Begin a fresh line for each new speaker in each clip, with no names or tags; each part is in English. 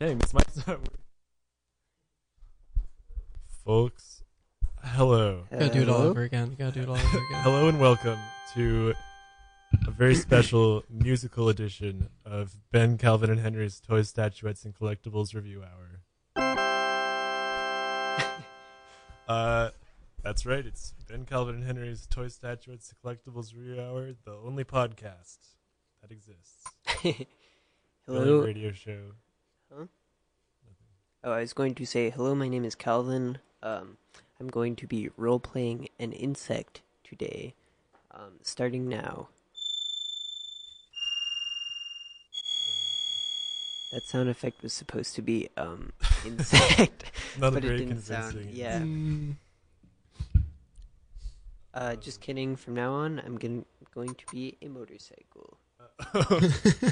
Dang, this might start. working. Folks, hello.
Gotta do it all
Hello? Oh,
over again. Gotta do it all over again.
Hello and welcome to a very special musical edition of Ben Calvin and Henry's Toy Statuettes and Collectibles Review Hour. uh, that's right, it's Ben Calvin and Henry's Toy Statuettes and Collectibles Review Hour, the only podcast that exists. The only
Hello.
radio show.
Oh, I was going to say hello. My name is Calvin. Um, I'm going to be role playing an insect today, um, starting now. That sound effect was supposed to be um, insect,
Not a
but it
very
didn't
convincing.
sound. Yeah.
Mm.
Uh, just kidding. From now on, I'm gon- going to be a motorcycle.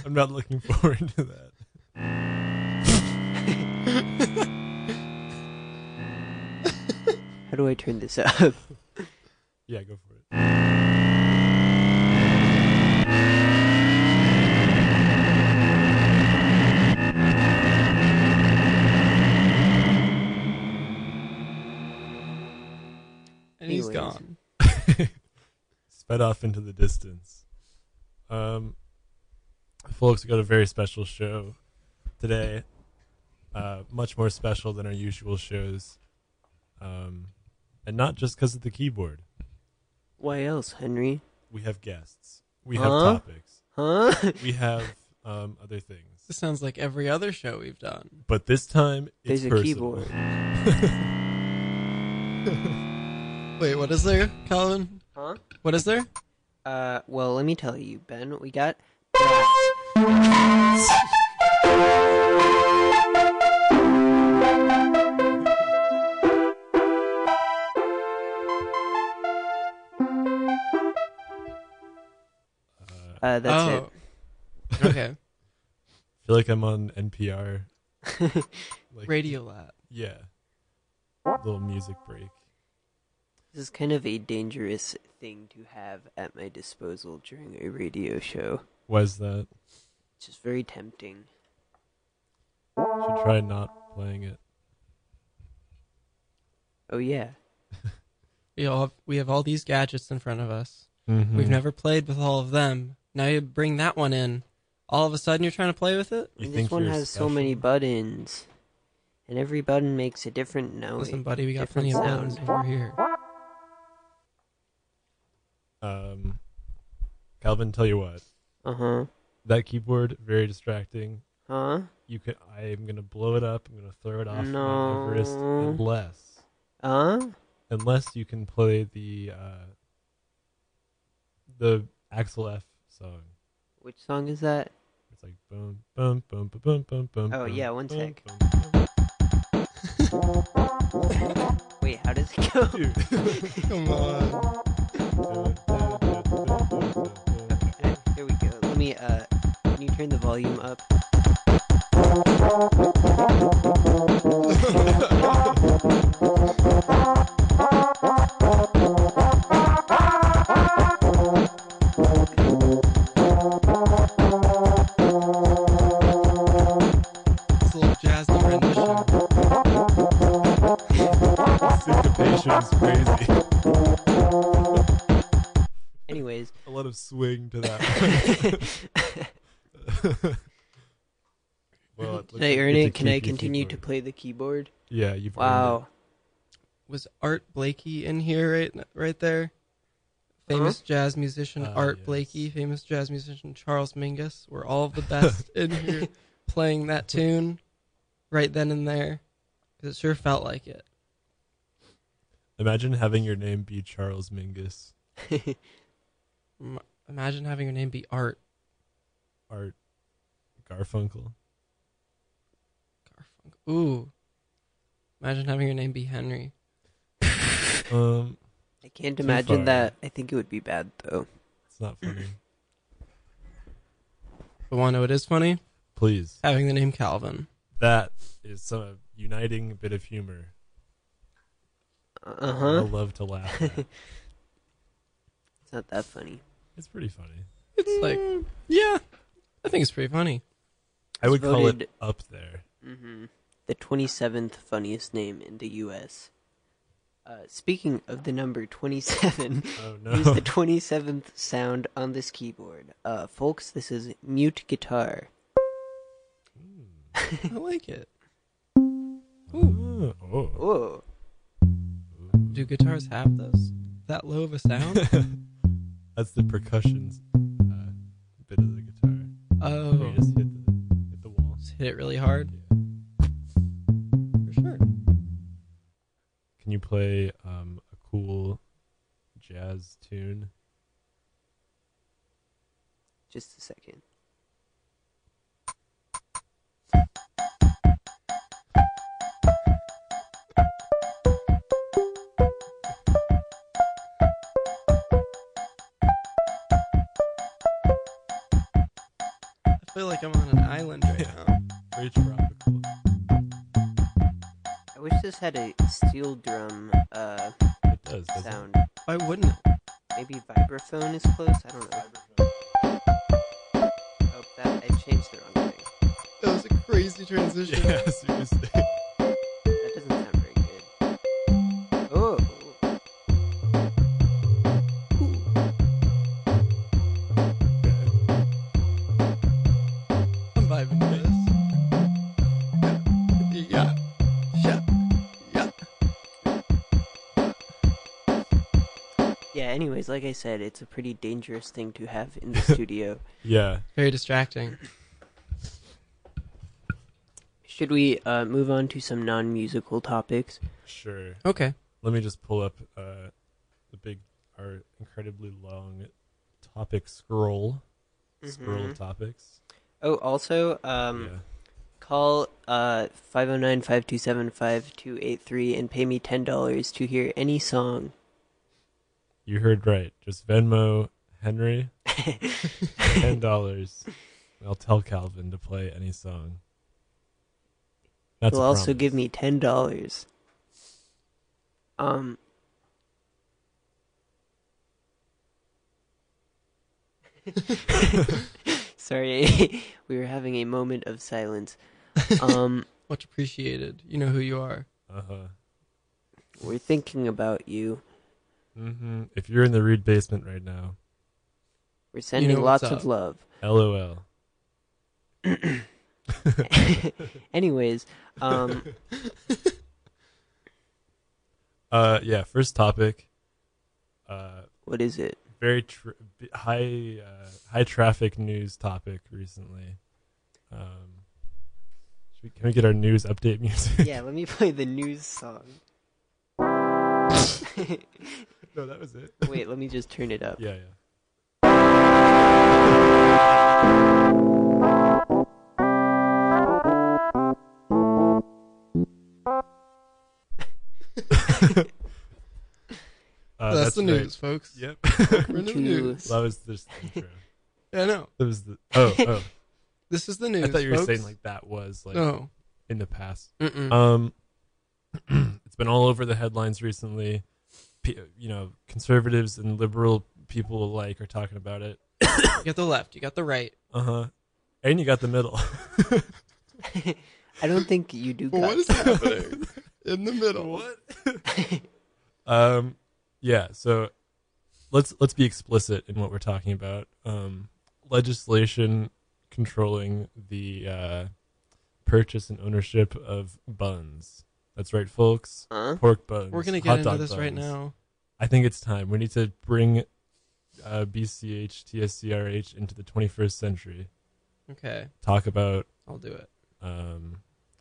I'm not looking forward to that.
How do I turn this up?
Yeah, go for it.
And he's
Anyways.
gone.
sped off into the distance. Um, folks, we got a very special show today. Uh, much more special than our usual shows, um, and not just because of the keyboard.
Why else, Henry?
We have guests. We have
Huh?
topics.
Huh?
We have um, other things.
This sounds like every other show we've done.
But this time, it's
There's a
personal.
keyboard.
Wait, what is there, Colin?
Huh?
What is there?
Uh, well, let me tell you, Ben, we got brass.
Uh,
Uh, that's
oh. okay.
I feel like I'm on NPR.
it.
Like,
Radio Lab.
Yeah. Little music break.
this is kind of a dangerous thing to have at my disposal during a radio show.
Was that?
It's just very tempting.
Should try not playing it.
Oh yeah,
We all have, we have all these gadgets in front of us.
Hmm.
Mm-hmm.
We've never played with all of them. Now you bring that one in. All of a sudden you're trying to play with it?
I mean, this one has so many buttons, and every button makes a different note.
Listen, buddy, we got
different
plenty of
sound.
buttons over here.
Um, Calvin, tell you what,
Uh huh.
that keyboard very distracting.
Huh?
You could. I am gonna blow it up. I'm gonna throw it off Mount
No.
Everest unless
Huh?
unless you can play the uh, the Axel F song.
Which song is that?
It's like boom, boom, boom, boom, boom, boom, boom.
Oh,
boom,
yeah, one
boom,
sec.
boom, boom.
Wait, how does it go?
Dude.
Come on.
Okay, there we go. Let me. Uh, can you turn the volume up?
It's a little jazzy rendition.
Syncopation is crazy.
Anyways,
A lot of swing to that. one. well, it looks
did
like
I earn
it's a
it? Can I
creepy
continue to
keyboard.
play the keyboard?
Yeah, you've earned
Wow.
Was Art Blakey in here right right there? Famous jazz musician
Ah,
Art
yes.
Blakey, famous jazz musician Charles Mingus were all the best in here playing that tune right then and there. 'Cause It sure felt like it.
Imagine having your name be Charles Mingus.
M- Imagine having your name be Art
Art Garfunkel.
Garfunkel. Ooh. Imagine having your name be Henry.
Um,
I can't
Too
imagine
far.
that. I think it would be bad though.
it's not funny.
But want to know what is funny?
Please,
Having the name Calvin.
that is some uh, uniting bit of humor.
Uh
I
huh.
love to laugh. At.
It's not that funny.
it's pretty funny.
It's like, yeah, I think it's pretty funny.
I would call
voted-
it up there.
hmm The 27th funniest name in the U.S. Uh, speaking of the number 27,
Oh
use the
no!
27th sound on this keyboard. Uh, folks, this is mute guitar.
I like it.
Ooh. Oh.
Whoa.
Do guitars have those? That low of a sound?
That's the percussions uh, bit of the guitar. Where
oh.
you just hit the, hit the wall.
Just hit it really hard?
Yeah.
For sure.
Can you play um, a cool jazz tune?
Just a second.
I feel like I'm on an island right now.
Very tropical.
I wish this had a steel drum uh,
It does. doesn't it?
sound.
Why wouldn't it?
Maybe vibraphone is close? I don't know. Oh, that, I changed the wrong thing.
That was a crazy transition.
Yeah, seriously.
That doesn't sound very good. Oh.
I'm vibing to this. Yeah. Yeah. Yeah.
Yeah, anyways, like I said, it's a pretty dangerous thing to have in the studio.
Yeah.
Very distracting.
Should we uh, move on to some non musical topics?
Sure.
Okay.
Let me just pull up uh, the big, our incredibly long topic scroll. Scroll of
Mhm.
topics.
Oh, also, um,
yeah.
call uh, 509-527-5283 and pay me $10 to hear any song.
You heard right. Just Venmo Henry ten dollars. I'll tell Calvin to play any song. That's
You'll
a
also
promise.
give me $10. Um, sorry, we were having a moment of silence. Um,
Much appreciated. You know who you are.
Uh huh.
we're thinking about you.
hmm If you're in the Reed basement right now,
We're sending
know what's
lots of
up.
love.
LOL.
Anyways, um,
Uh, yeah. First topic. Uh,
what is it?
very tr- b- high uh, high traffic news topic recently. Um, should we, can we get our news update music?
Yeah, let me play the news song.
no, that was it.
Wait, let me just turn it up.
Yeah, yeah. Uh,
that's, the
right.
news, folks.
Yep.
We're in the
To-
news.
that was this intro.
I know.
That was the oh oh.
This is the news.
I thought you were
folks. Oh. Mm-hmm.
saying like that was like
no.
in the past.
Mm-mm.
Um, it's been all over the headlines recently. P- you know, conservatives and liberal people alike are talking about it.
you got the left. You got the right.
Uh huh. And you got the middle.
I don't think you do. Cut.
happening in the middle? What?
um, yeah. So let's let's be explicit in what we're talking about. Um, legislation controlling the uh, purchase and ownership of buns. That's right, folks.
Huh?
Pork buns.
We're gonna
hot
get into
dog
this right
buns.
now.
I think it's time. We need to bring uh, BCH, TSCRH into the 21st century.
Okay,
Talk about
I'll do it.
um,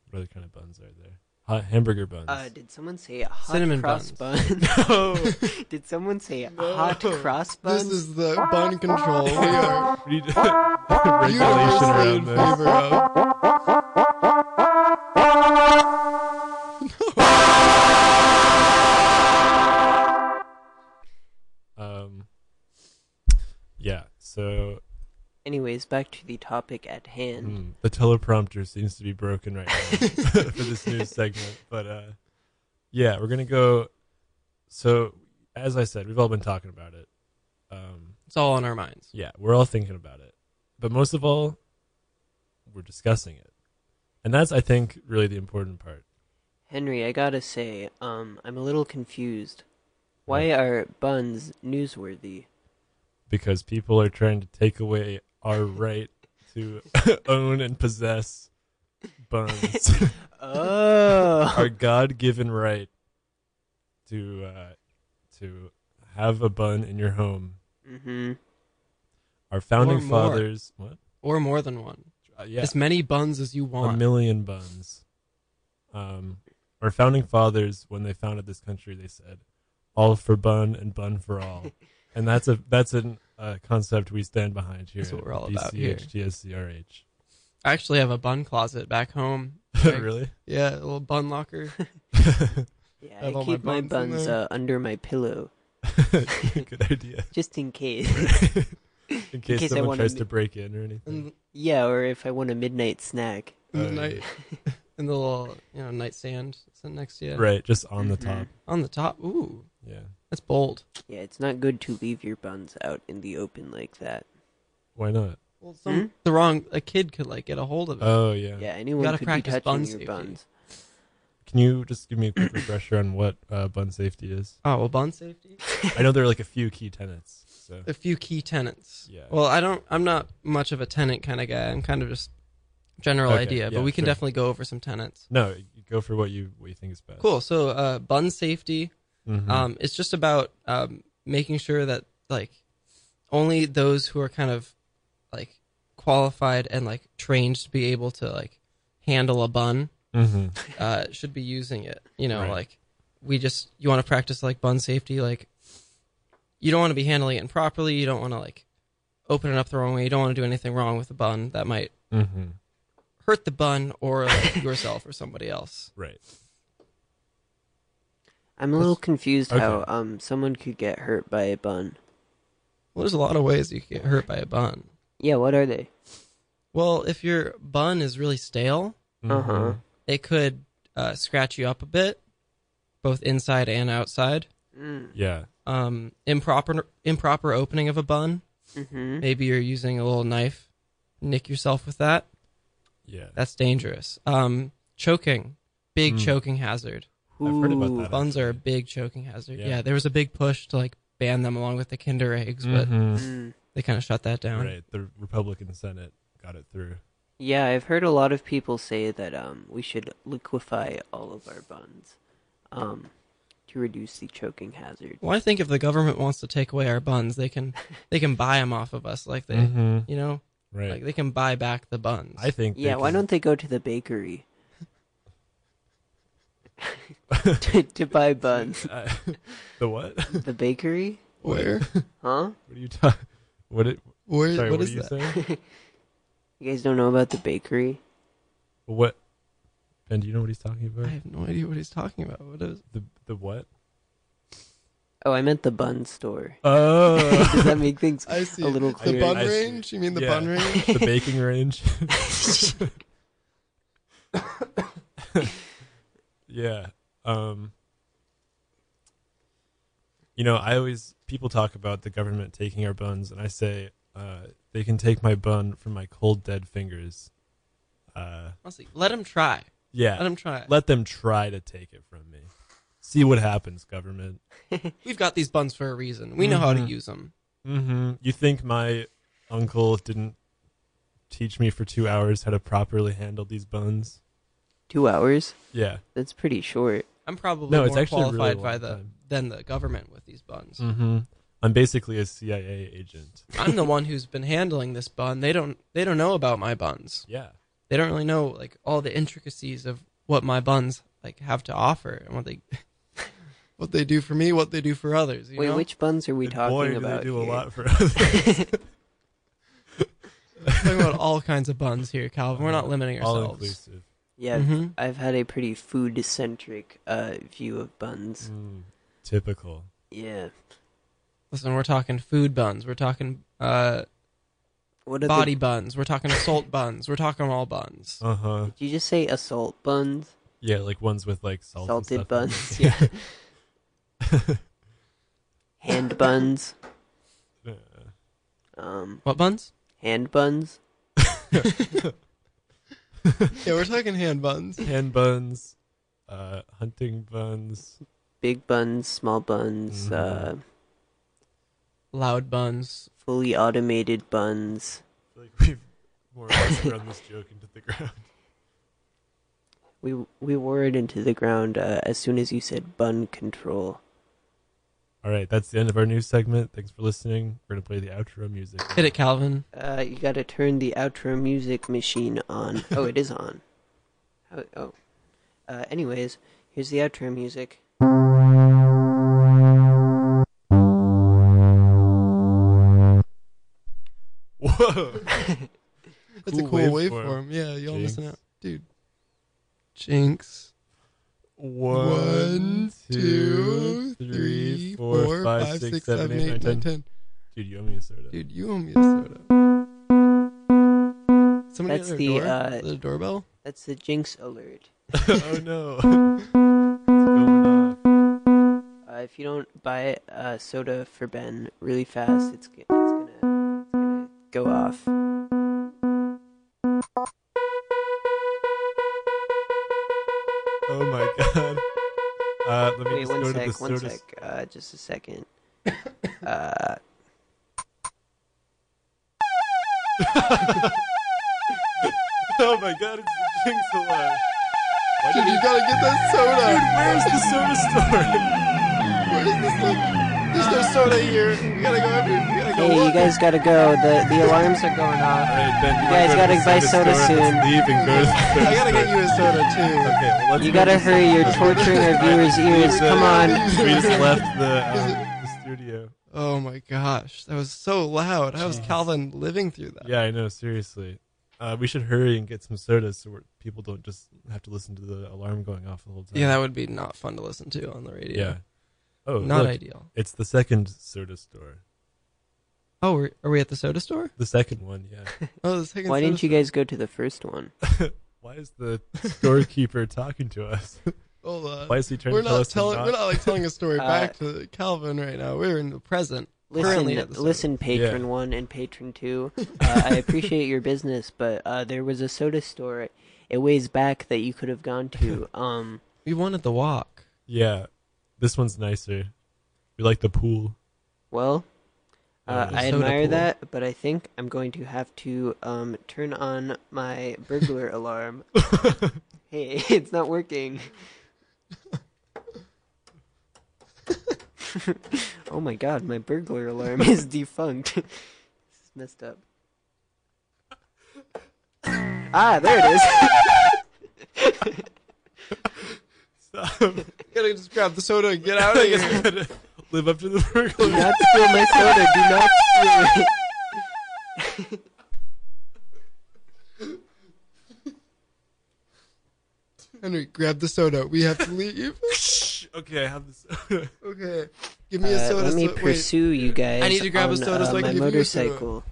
what other kind of buns are there? Hot hamburger buns.
Uh, did someone say a hot
Cinnamon
cross bun?
no.
did someone say a hot cross
This
bun?
is the bun control. We are
We need regulation
universally in
around this.
favor of.
Um, yeah, so
Anyways, back to the topic at hand.
mm, the teleprompter seems to be broken right now for this new segment. But uh, yeah, we're going to go. So, as I said, we've all been talking about it. Um,
It's all on our minds.
yeah, we're all thinking about it. But most of all, we're discussing it. And that's, I think, really the important part.
Henry, I gotta say, um, I'm a little confused.
Mm.
Why are buns newsworthy?
because people are trying to take away our right to own and possess buns,
Oh,
our God-given right to uh, to have a bun in your home.
mm-hmm.
Our founding
more.
fathers, what?
Or more than one.
Uh, yeah,
As many buns as you
a
want.
million buns. Um, our founding fathers, when they founded this country, they said, "All for bun and bun for all," and that's a that's an uh, concept we stand behind here.
That's what
at
we're all about here.
BCHTSCRH.
I actually have a bun closet back home.
really?
Yeah, a little bun locker.
Yeah,
Have
I
all my
keep my
buns in
buns
there.
uh, under my pillow
Good idea.
just in case.
In case,
case I
someone
wanna
tries to
mi-
break in or anything.
And
yeah, or if I want a midnight snack.
in the
Uh,
night, in the little you know nightstand sitting next to you.
Right, just on
Mm-hmm.
the top.
On the top. Ooh,
Yeah.
that's bold.
Yeah, it's not good to leave your buns out in the open like that.
Why not?
Well,
some-
Hmm?
the wrong a kid could like get a hold of it.
Oh yeah.
Yeah, anyone
gotta
could be
practice
touching
bun
your
safety.
buns.
Can you just give me a quick refresher on what uh, bun safety is?
oh, well, bun safety.
I know there are like a few key tenets. So
A few key tenants.
Yeah.
Well, I don't. I'm not much of a tenant kind of guy. I'm kind of just general
Okay,
idea,
yeah,
but we can
sure.
definitely go over some tenants.
no, you go for what you what you think is best.
Cool. So, uh, bun safety.
Mhm.
Um, it's just about um, making sure that like only those who are kind of like qualified and like trained to be able to like handle a bun
Mhm.
uh, should be using it. You know,
Right.
like we just you want to practice like bun safety. Like you don't want to be handling it improperly. You don't want to like open it up the wrong way. You don't want to do anything wrong with the bun that might
Mhm.
hurt the bun or like, yourself or somebody else.
Right.
I'm a little confused how
Okay.
um someone could get hurt by a bun.
Well, there's a lot of ways you can get hurt by a bun.
Yeah, what are they?
Well, if your bun is really stale,
Mm-hmm.
Uh-huh.
it could uh, scratch you up a bit, both inside and outside.
Mm.
Yeah.
Um, improper improper opening of a bun.
Mm-hmm.
Maybe you're using a little knife, nick yourself with that.
Yeah.
That's dangerous. Um, choking, big
Mm.
choking hazard.
I've heard about
Ooh.
that.
Buns are a
actually.
big choking hazard.
Yeah.
Yeah. there was a big push to like ban them along with the Kinder eggs, but
Mhm.
Mm.
they kind of shut that down.
Right. The Republican Senate got it through.
Yeah, I've heard a lot of people say that um we should liquefy all of our buns, um, to reduce the choking hazard.
Well, I think if the government wants to take away our buns, they can they can buy them off of us, like they,
Mhm.
you know,
Right.
like they can buy back the buns.
I think. they
Yeah, why
can-
don't they go to the bakery to, to buy buns?
I- the what?
The bakery?
where
Huh?
What are you talking? What? It,
where
sorry.
what
what
is
are you
that?
saying?
You guys don't know about the bakery?
What? Ben, do you know what he's talking about?
I have no idea what he's talking about. What is?
The the what?
Oh, I meant the bun store.
Oh,
Does that make things
I see.
a little
I-
Uh, The
clearer?
bun
I see.
range? You mean the
Yeah.
bun range?
the baking range. yeah. Um. You know, I always people talk about the government taking our buns, and I say uh, they can take my bun from my cold dead fingers. Uh,
Honestly, let him try. Let
yeah,
him try.
let them try to take it from me. See what happens, government.
We've got these buns for a reason. We know how to
Mhm.
use them.
Mm-hmm. You think my uncle didn't teach me for two hours how to properly handle these buns?
Two hours?
Yeah.
That's pretty short.
I'm probably
No, it's
more
actually a really
qualified by
long
the
time.
than the government with these buns.
Mm-hmm. I'm basically a CIA agent.
I'm the one who's been handling this bun. They don't they don't know about my buns.
Yeah.
They don't really know like all the intricacies of what my buns like have to offer and what they what they do for me, what they do for others. You
Wait,
know?
which buns are we
And
talking
boy, do
about?
They do a
here?
lot for us.
talking about all kinds of buns here, Calvin. We're not limiting
All
ourselves.
inclusive.
yeah,
Mhm.
I've had a pretty food centric uh, view of buns.
Mm, typical.
Yeah.
Listen, we're talking food buns. We're talking uh,
What are
body buns. We're talking assault buns. We're talking all buns.
Uh huh.
The, did you just say assault buns?
Yeah, like ones with like salt and
Salted
stuff in them.
buns? Yeah. hand buns? Um,
What buns?
hand buns?
Yeah, we're talking hand buns.
Hand buns, uh, hunting buns,
Big buns, small buns, uh,
Mm-hmm.
Mhm.
Loud buns.
fully automated buns.
feel like we've more or less run this joke into the ground.
We we wore it into the ground uh, as soon as you said bun control.
All right, that's the end of our news segment. Thanks for listening. We're gonna play the outro music.
Hit it, Calvin.
Uh, you gotta turn the outro music machine on. Oh, it is on. How, oh. Uh, anyways, here's the outro music.
Whoa.
That's a
Cool
cool
waveform.
waveform. Yeah, y'all missing
Jinx.
out, dude. Jinx.
One, two, three, four, five, six, seven, eight, nine, ten.
ten.
Dude, you owe me a soda.
Dude, you owe me a soda. Somebody
That's
at their
the,
door?
uh,
the doorbell.
That's the jinx alert.
oh no. It's going off.
Uh, if you don't buy uh, soda for Ben really fast, it's, g- it's, gonna, it's gonna go off.
Oh my god. Uh, let me
Wait,
just
one
go to
sec,
the
one
soda.
sec. Uh, just a second. uh,
Oh my god, it's the Jinx Alarm. Why did
you gotta get that soda.
Where's the soda store?
There's no soda here. We gotta go everywhere. We gotta
hey, you guys gotta go. The the alarms are going off.
Alright, Ben, you, wanna go
guys gotta
to the
buy soda
store?
soon.
Let's leave and go to the soda
I gotta get
store.
you a soda too.
Okay, well, let's
You
go
gotta
to the
hurry. You're
soda store.
torturing our viewers' ears.
We
Come on.
just- We just left the, um, the studio.
Oh my gosh, that was so loud. How was Calvin living through that?
Yeah, I know. Seriously, uh, we should hurry and get some sodas so we're, people don't just have to listen to the alarm going off the whole time.
Yeah, that would be not fun to listen to on the radio.
yeah. Oh,
not
look,
ideal.
it's the second soda store.
Oh, we're, are we at the soda store?
The second one, yeah.
Oh, the second.
Why
soda
didn't you
store.
guys go to the first one?
Why is the storekeeper talking to us?
Hold on.
Why is he trying
we're
to tell
not
us to
telling. We're not like telling a story
Uh,
back to Calvin right now. We're in the present.
Listen,
Currently at the soda.
listen, patron one and patron two. Uh, I appreciate your business, but uh, there was a soda store a ways back that you could have gone to. Um,
We wanted the walk.
Yeah, this one's nicer. We like the pool.
well, uh,
Uh,
I
soda
admire
pool.
that, but I think I'm going to have to um, turn on my burglar alarm. hey, it's not working. oh my god, my burglar alarm is defunct. this is messed up. Ah, there it is.
Gotta just grab the soda and get out of here. Oh,
Live up to the
Do
burglar.
not spill my soda. Do not spill it.
Henry, grab the soda. We have to leave.
okay, I have this. soda.
okay, give me a
Uh,
soda.
let me
so- wait.
pursue you guys.
I need to grab a
on,
soda so
uh,
I can
my
give you a soda.
motorcycle.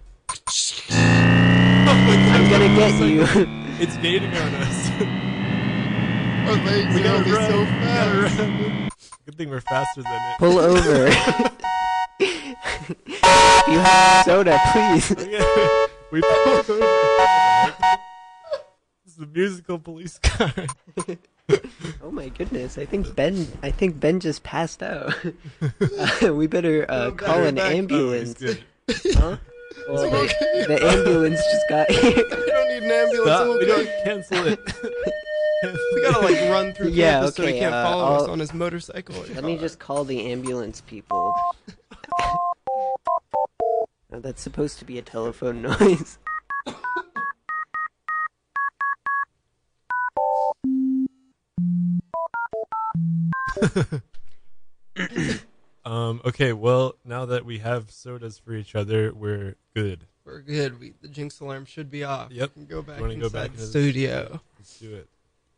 I'm gonna get you.
it's dating on us.
Our legs
We
are
gotta
only
run.
so
We gotta
fast.
run. Good thing we're faster than it.
Pull over. you have soda, please.
Okay. We pulled over. It's the musical police car.
Oh my goodness! I think Ben. I think Ben just passed out. Uh, we better uh, call
better
an
back-
It's
oh,
ambulance.
good.
huh? Well,
okay.
the, the ambulance just got here.
We don't need an ambulance.
Stop.
we'll
We don't
take-
cancel it.
We gotta like run through
Yeah,
campus so he
okay,
can't
uh,
follow us
I'll-
on his motorcycle. or
Let me
car.
just call the ambulance people. Now, that's supposed to be a telephone noise.
um, okay, well, now that we have sodas for each other, we're good.
We're good. We, the jinx alarm should be off.
Yep.
We can go back
wanna
inside
go back
the
into the
studio.
Let's do it.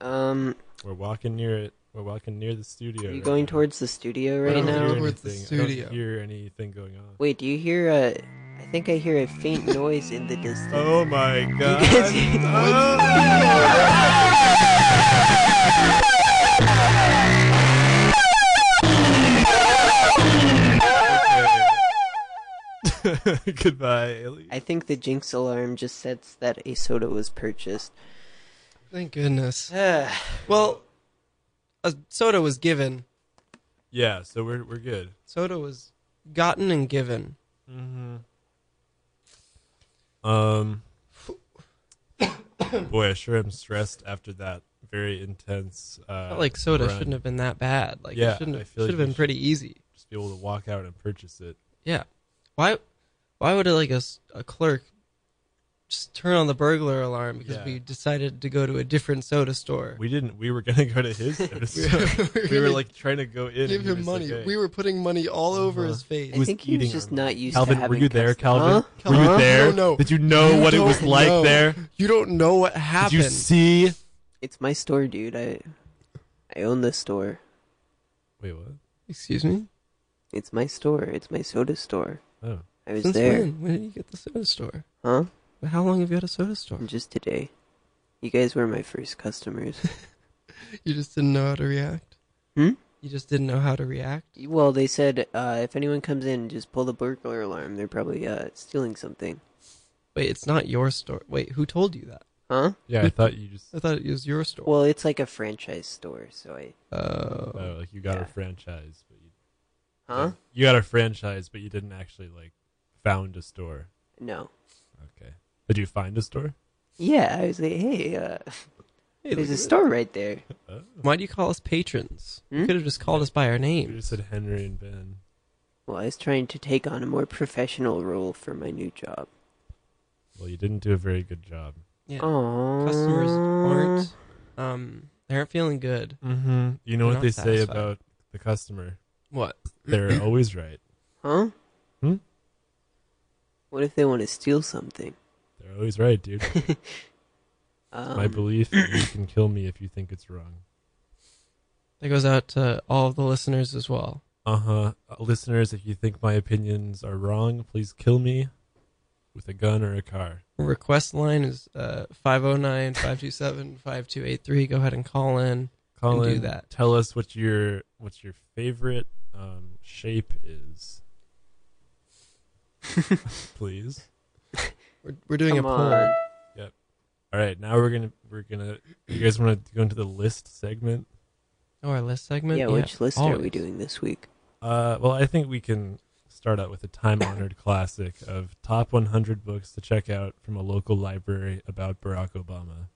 Um,
We're walking near it. We're walking near the studio.
are you
right
going
now.
towards the studio
I
right
don't
We're
hear
now?
going towards the
anything. I don't
studio.
hear anything going on.
Wait, do you hear a? I think I hear a faint noise in the distance.
Oh my god. Oh
guys hear-
Oh. Okay. Goodbye, Ailey.
I think the jinx alarm just says that a soda was purchased.
Thank goodness.
That's
Well, a soda was given.
Yeah, so we're we're good.
Soda was gotten and given.
Mm-hmm. Um, boy, I sure am stressed after that very intense. Uh,
Felt like soda
run.
shouldn't have been that bad. Like
Yeah,
it shouldn't
I
have,
feel like
should have
we
been
should-
pretty easy.
just be able to walk out and purchase it.
Yeah. Why? Why would like a, s- a clerk just turn on the burglar alarm because
Yeah.
we decided to go to a different soda store?
We didn't. We were gonna go to his.
We
so we were like trying to go in. and
give
he
him
was
money.
like, "Hey."
We were putting money all over
Uh-huh.
his face.
I
was
think he was
eating
just
our
not used
Calvin,
to
were
having.
you there,
custom-
Calvin?
Huh?
Were you
Huh?
there?
No, no.
Did you know
You
what it was
don't
like
know.
there?
You don't know what
Did
happened.
you see?
It's my store, dude. I, I own this store.
Wait, what?
Excuse me.
It's my store. It's my soda store.
Oh,
I was
Since
there,
when? When did you get the soda store?
huh?
How long have you had a soda store?
Just today. You guys were my first customers.
You just didn't know how to react.
Hmm?
You just didn't know how to react.
well, they said uh, if anyone comes in, just pull the burglar alarm. They're probably uh, stealing something.
Wait, it's not your store. Wait, who told you that?
Huh?
yeah. I thought you just
I thought it was your store.
Well, it's like a franchise store, so I.
Oh.
oh, like you got
Yeah.
a franchise, but you,
Huh?
you got a franchise, but you didn't actually like found a store.
No.
Did you find a store?
Yeah, I was like, hey, uh,
Hey, look
there's a
at
store right there.
Oh.
this. Why do you call us patrons? You
Hmm?
could have just called us by our
You
names.
just said Henry and Ben.
Well, I was trying to take on a more professional role for my new job.
Well, you didn't do a very good job.
Yeah.
Aww.
Customers aren't um they aren't feeling good.
Mm-hmm. You know
They're
what
not
they say
satisfied.
about the customer?
What?
They're always right.
Huh?
Hmm?
What if they want to steal something?
They're always right, dude.
Um,
My belief that you can kill me if you think it's wrong.
That goes out to all of the listeners as well.
Uh-huh. Uh Listeners, if you think my opinions are wrong, please kill me with a gun or a car.
Request line is uh 509-527-5283. Go ahead and call in.
Colin,
do that.
tell us what your what's your favorite um, shape is, please.
We're, we're doing
Come
a poll.
on.
All right, now we're gonna we're gonna. You guys want to go into the list segment?
Oh, our list segment.
Yeah, which list are we
always.
doing this week?
Uh, well, I think we can start out with a time honored classic of top 100 books to check out from a local library about Barack Obama.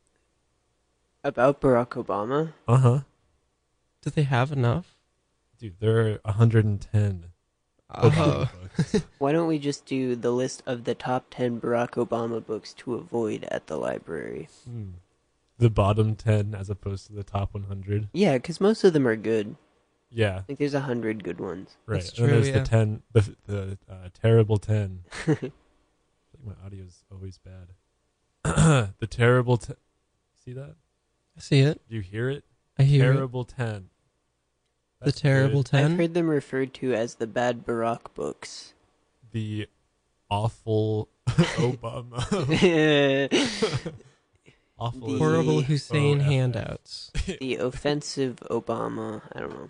About Barack Obama?
Uh
Uh-huh.
huh.
Do they have enough?
Dude, there are 110
Oh,
Obama books.
Why don't we just do the list of the top 10 Barack Obama books to avoid at the library?
Hmm. The bottom 10 as opposed to the top 100.
Yeah, because most of them are good.
Yeah,
Like, there's a hundred good ones.
right.
That's
and then
true,
there's
yeah.
the 10, the, the uh, terrible 10. I think my audio's always bad. the terrible 10. See that?
I see it.
Do you hear it?
I hear it.
terrible 10.
the
That's
terrible
good.
ten.
I've heard them referred to as the bad Barack books.
The awful Obama.
the
awful. is
horrible
The-
Hussein
OFF.
handouts.
it?
offensive Obama. I don't know.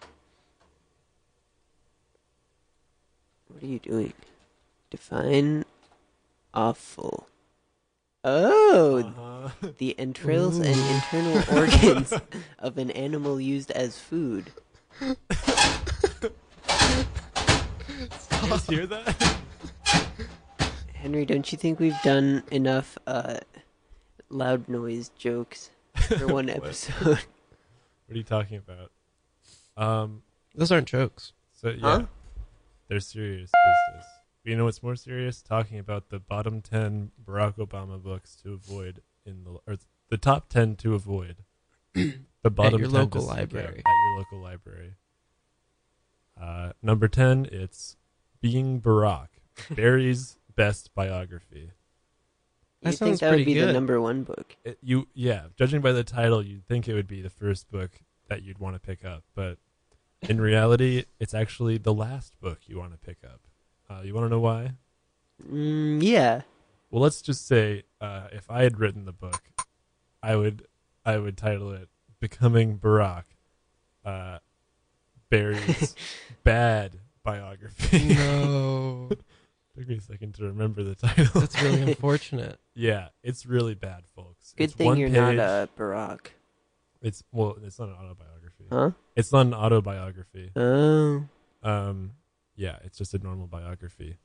What are you doing? Define awful. Oh,
Uh-huh.
the entrails and internal organs of an animal used as food.
You guys hear that?
Henry, don't you think we've done enough uh, loud noise jokes for one
What?
episode?
What are you talking about? Um.
Those aren't jokes.
So yeah,
Huh?
they're serious business. You know what's more serious? Talking about the bottom ten Barack Obama books to avoid in the or the top ten to avoid. The bottom
your
10 to
local
seek out
library.
at your local library. Uh, Number 10, it's Being Barack, Barry's best biography.
That
You
sounds
think that would
pretty
be the
good.
number one book?
It, you yeah, judging by the title, you'd think it would be the first book that you'd want to pick up, but in reality, it's actually the last book you want to pick up. Uh, you want to know why?
Mm, yeah.
Well, let's just say uh, if I had written the book, I would I would title it "Becoming Barack," uh, Barry's bad biography.
No,
Took me a second to remember the title.
that's really unfortunate.
yeah, it's really bad, folks.
Good
It's
thing
one
you're
page.
not a Barack.
It's well, it's not an autobiography.
Huh?
It's not an autobiography.
Oh.
um yeah it's just a normal biography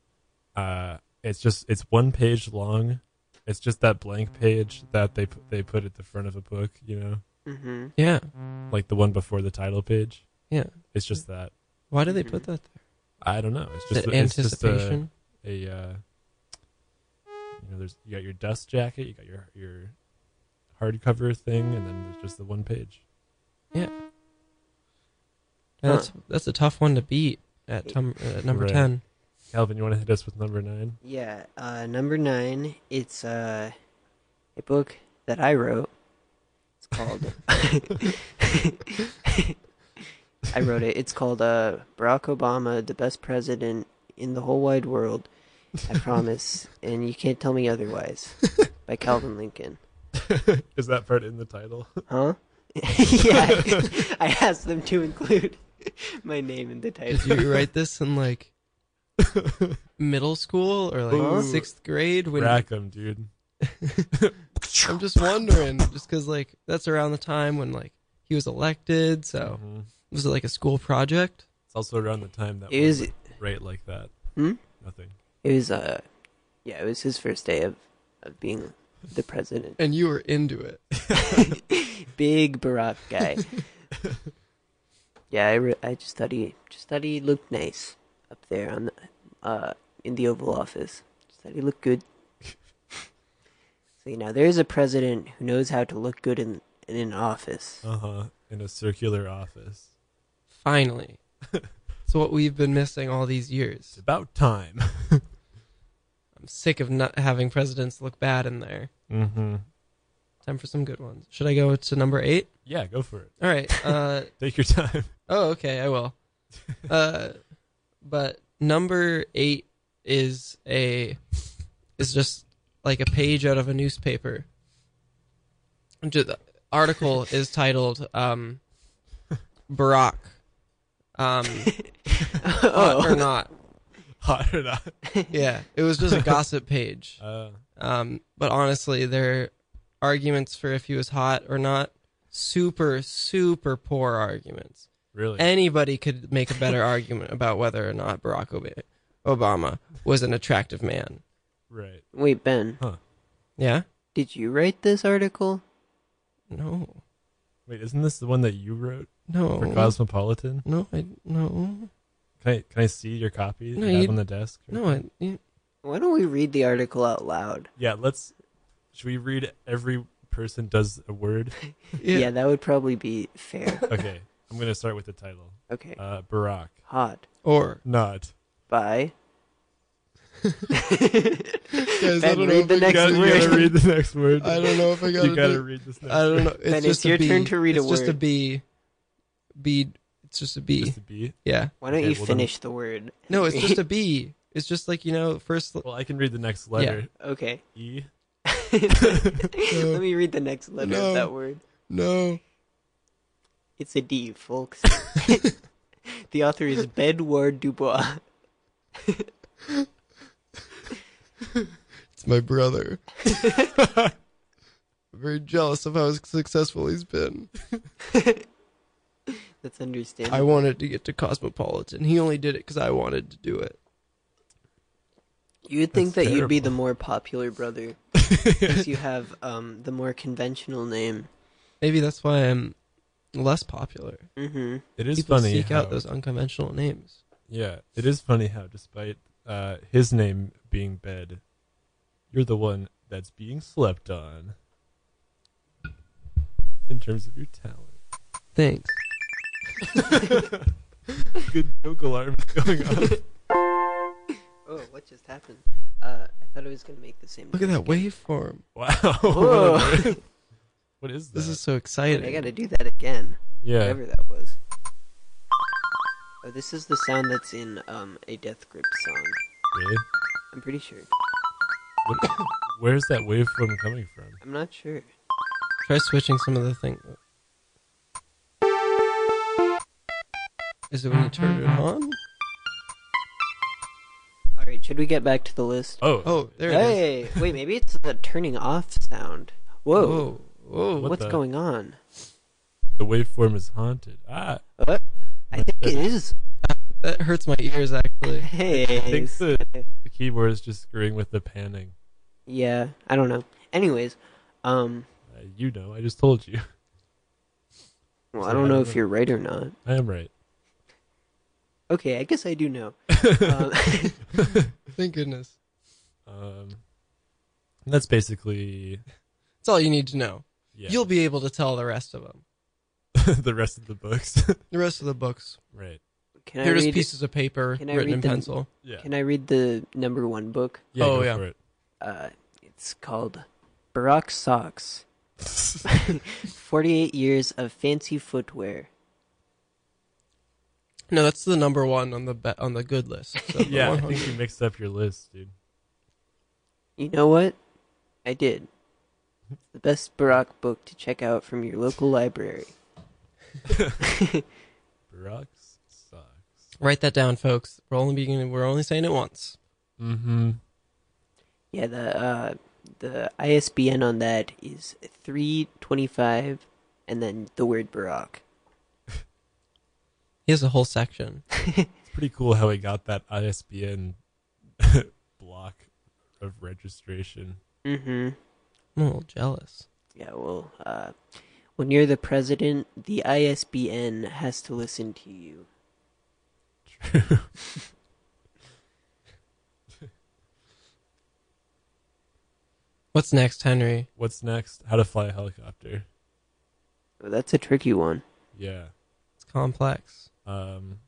uh it's just it's one page long it's just that blank page that they pu- they put at the front of a book you know
Mm-hmm.
Yeah.
like the one before the title page
Yeah.
it's just that
Why do they put that
i don't know it's
there?
just
That
a, it's just a,
anticipation.
a uh you know there's you got your dust jacket you got your your hardcover thing and then there's just the one page
Yeah, That's that's a tough one to beat at tum- uh, number
Right.
ten.
calvin you want to hit us with number nine
Yeah. Uh, number nine. It's uh, a book that I wrote. It's called. I wrote it. It's called uh, Barack Obama, the best president in the whole wide world. I promise, and you can't tell me otherwise. By Calvin Lincoln.
is that part in the title
Huh? yeah. I asked them to include my name in the
Did
title.
you write this in like middle school or like
Ooh.
sixth grade? When
rack 'em dude
I'm just wondering, just because like that's around the time when like he was elected. So
Mhm.
was it like a school project?
It's also around the time that
It was.
we rate like that.
Hmm?
Nothing.
It was. Uh, yeah. It was his first day of of being the president.
And you were into it.
big Barack guy. yeah, I, re- I just thought he just thought he looked nice up there on the uh in the Oval Office. Just thought he looked good. so you know, there is a president who knows how to look good in in an office.
Uh huh. In a circular office.
Finally. It's what we've been missing all these
It's
years.
about time.
I'm sick of not having presidents look bad in there.
Mm-hmm.
Time for some good ones. Should I go to number eight?
Yeah, go for it.
All right. Uh,
Take your time.
oh, okay. I will. Uh, but number eight is a is just like a page out of a newspaper. And ju- The article is titled um, "Barack." Um, hot or
oh,
not?
Hot or not.
Yeah, it was just a gossip page.
Uh,
Um, but honestly, their arguments for if he was hot or not, super, super poor arguments.
really?
Anybody could make a better argument about whether or not Barack Ob- Obama was an attractive man.
right.
wait, Ben,
Yeah?
did you write this article?
No.
Wait, isn't this the one that you wrote
No.
for Cosmopolitan?
no, I, no.
Can I can I see your copy
No,
you have
you-
on the desk?
No, I, yeah.
Why don't we read the article out loud?
Yeah. Let's. Should we read every person does a word?
Yeah, that would probably be fair.
Okay. I'm gonna start with the title.
Okay.
Uh, Barack.
Hot
Or,
Not.
by
guys,
Ben, read the
You
next
gotta, you
word.
gotta read the next word.
I don't know if I got
you gotta read this next.
I don't know. It's
Ben, it's
just a
your
B.
turn to read a
it's just a
word.
B. B. It's just a B.
Just a B.
yeah.
Why don't
Okay,
you
well then-
finish the word?
No, it's just a B. It's just like you know, first.
Well, I can read the next letter.
okay.
E.
Let me read the next letter
No.
of that word.
No.
It's a D, folks. the author is Bedouard Dubois.
It's my brother. Very jealous of how successful he's been.
That's
I
understandable.
wanted to get to Cosmopolitan. He only did it because I wanted to do it.
You'd think that
That's
you'd be the
terrible.
more popular brother, because you have um, the more conventional name.
Maybe that's why I'm less popular.
Mm-hmm.
It is
People
funny.
seek
how,
out those unconventional names.
Yeah, it is funny how, despite uh, his name being Bed, you're the one that's being slept on in terms of your talent.
Thanks.
Good joke alarm is going on.
Oh, what just happened? Uh, I thought I was gonna make the same.
Look at that
noise again.
waveform.
Wow.
Whoa.
what a- what is
This
that?
is so
Man,
exciting.
I gotta do that again.
yeah.
Whatever that was. Oh, this is the sound that's in um a Death Grip song.
Really?
I'm pretty sure.
What- where's that waveform coming from?
I'm not sure.
Try switching some of the things. Is it when you turn it on?
All right, should we get back to the list?
Oh.
Oh, there it is.
hey, wait, maybe it's the turning off sound. Whoa,
Whoa. Whoa.
What
what's
the-
going on?
The waveform is haunted. Ah.
What? Uh, I think it is.
That hurts my ears, actually.
Hey.
I think the, the keyboard is just screwing with the panning.
Yeah, I don't know. Anyways, um,
Uh, you know, I just told you.
well,
So
I
I
don't know
don't
if
know.
you're right or not.
I am right.
Okay, I guess I do know. um,
Thank goodness.
Um, and that's basically
That's all you need to know.
yeah,
You'll be able to tell the rest of them.
the rest of the books.
The rest of the books.
right.
can I
They're just
read?
pieces of paper
can I
written
read
in
them?
pencil.
Yeah.
Can I read the number one book?
yeah
Oh,
go
yeah.
For it.
Uh, it's called Barack Socks: Forty-Eight Years of Fancy Footwear.
No, that's the number one on the be- on the good list. So the
yeah, I
100.
think you mixed up your list, dude.
You know what? I did. The best Barack book to check out from your local library.
Brooks sucks.
Write that down, folks. We're only beginning. We're only saying it once.
Mm-hmm.
Yeah, the uh, the ISBN on that is three twenty-five, and then the word Barack.
He has a whole section.
It's pretty cool how he got that ISBN block of registration.
Mm-hmm.
I'm a little jealous.
Yeah, well, uh, when you're the president, the ISBN has to listen to you.
True.
What's next, Henry?
What's next? How to fly a helicopter.
Well, Oh, that's a tricky one.
Yeah.
It's complex.
Um,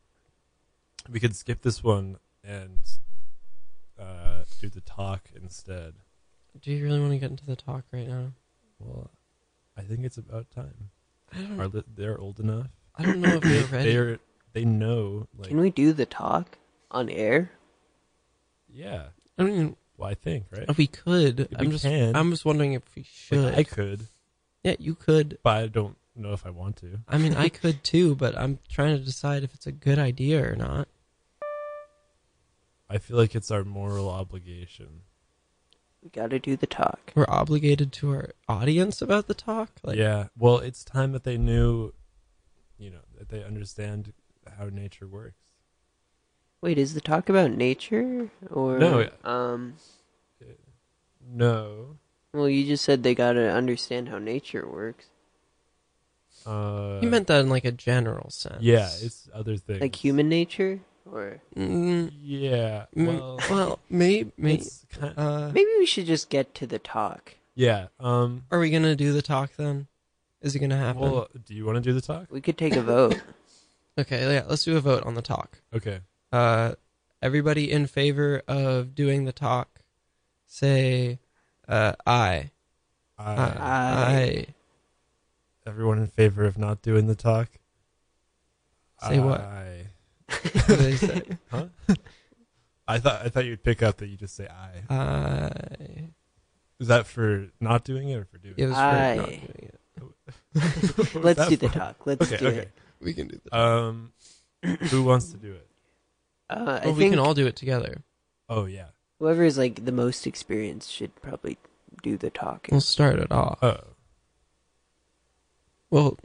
we could skip this one and uh, do the talk instead.
Do you really want to get into the talk right now?
Well, I think it's about time.
I don't.
Are li- they're old enough?
Hmm. I don't know if we're ready.
They're they know like
Can we do the talk on air?
yeah.
I don't even.
Well, I think right.
If we could,
If
I'm
we
just.
can.
I'm just wondering if we Oh, should.
Like, I could,
yeah, you could.
but I don't know if I want to.
I mean, I could too, but I'm trying to decide if it's a good idea or not.
I feel like it's our moral obligation.
We gotta do the talk.
We're obligated to our audience about the talk. Like,
yeah. Well, it's time that they knew, you know, that they understand how nature works.
Wait, is the talk about nature or
No.
Um.
No.
Well, you just said they gotta understand how nature works,
Uh,
You meant that in like a general sense.
Yeah, it's other things.
like human nature, or
Mm,
Yeah.
mm,
Well,
well, maybe. May,
Mm-hmm. it's kind
uh,
maybe we should just get to the talk.
yeah. Um.
are we gonna do the talk then? Is it gonna happen?
Well, do you want to do the talk?
We could take a vote.
okay, yeah. Let's do a vote on the talk.
Okay.
Uh, everybody in favor of doing the talk, say, uh, aye. Uh,
I,
Aye.
everyone in favor of not doing the talk?
Say what?
I,
What do they say?
huh? I thought I thought you'd pick up that you just say I.
Aye.
Is that for not doing it or for doing
It was for
Aye.
not doing it.
it?
Let's do the
talk.
talk. Let's
Okay,
do
okay.
it.
We can do that.
Um who wants to do it?
Uh, I
Or we
think
can all do it together.
Oh yeah.
whoever is like the most experienced should probably do the talking.
We'll start it off.
Oh.
Well,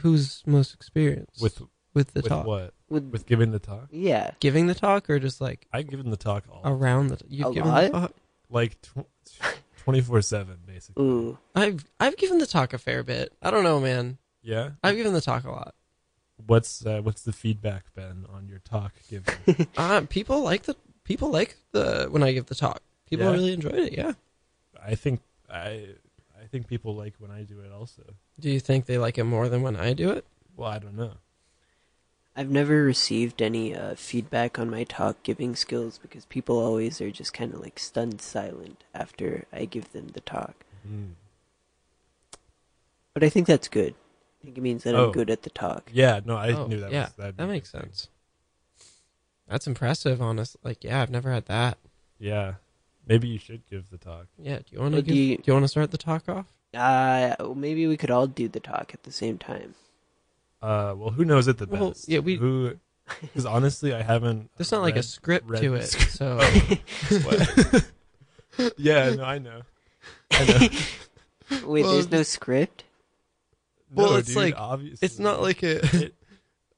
who's most experienced
With
with the
with
talk?
what?
With,
With giving the talk?
yeah,
Giving the talk or just like
I've given the talk all
around the you've
A
given
lot?
the talk?
like twenty four seven basically.
ooh,
I've I've given the talk a fair bit. I don't know, man.
Yeah.
I've given the talk a lot.
What's uh, what's the feedback Ben on your talk giving?
Uh, people like the people like the when I give the talk. People
Yeah?
really enjoyed it. Yeah.
I think I I think people like when I do it also.
Do you think they like it more than when I do it?
Well, I don't know.
I've never received any uh, feedback on my talk giving skills because people always are just kind of like stunned silent after I give them the talk.
Mm.
But I think that's good. I think it means that
Oh.
I'm good at the talk.
Yeah, no, I
Oh,
knew that.
yeah,
was, that'd be
That
a
makes
good thing.
sense. That's impressive, honest. Like, yeah, I've never had that.
Yeah, maybe you should give the talk.
Yeah, do you want to
Well,
do,
do
you...
you-
want to start the talk off?
Uh, maybe we could all do the talk at the same time.
Uh, well, who knows it the best?
Well, yeah, we-
Who? Because honestly, I haven't.
There's not like a
read-
script
read
to
the
it,
script.
so
What? yeah, no, I know. I know.
Wait,
Well,
there's no script?
Well,
No,
it's
dude,
like-
obviously.
it's not like a
It-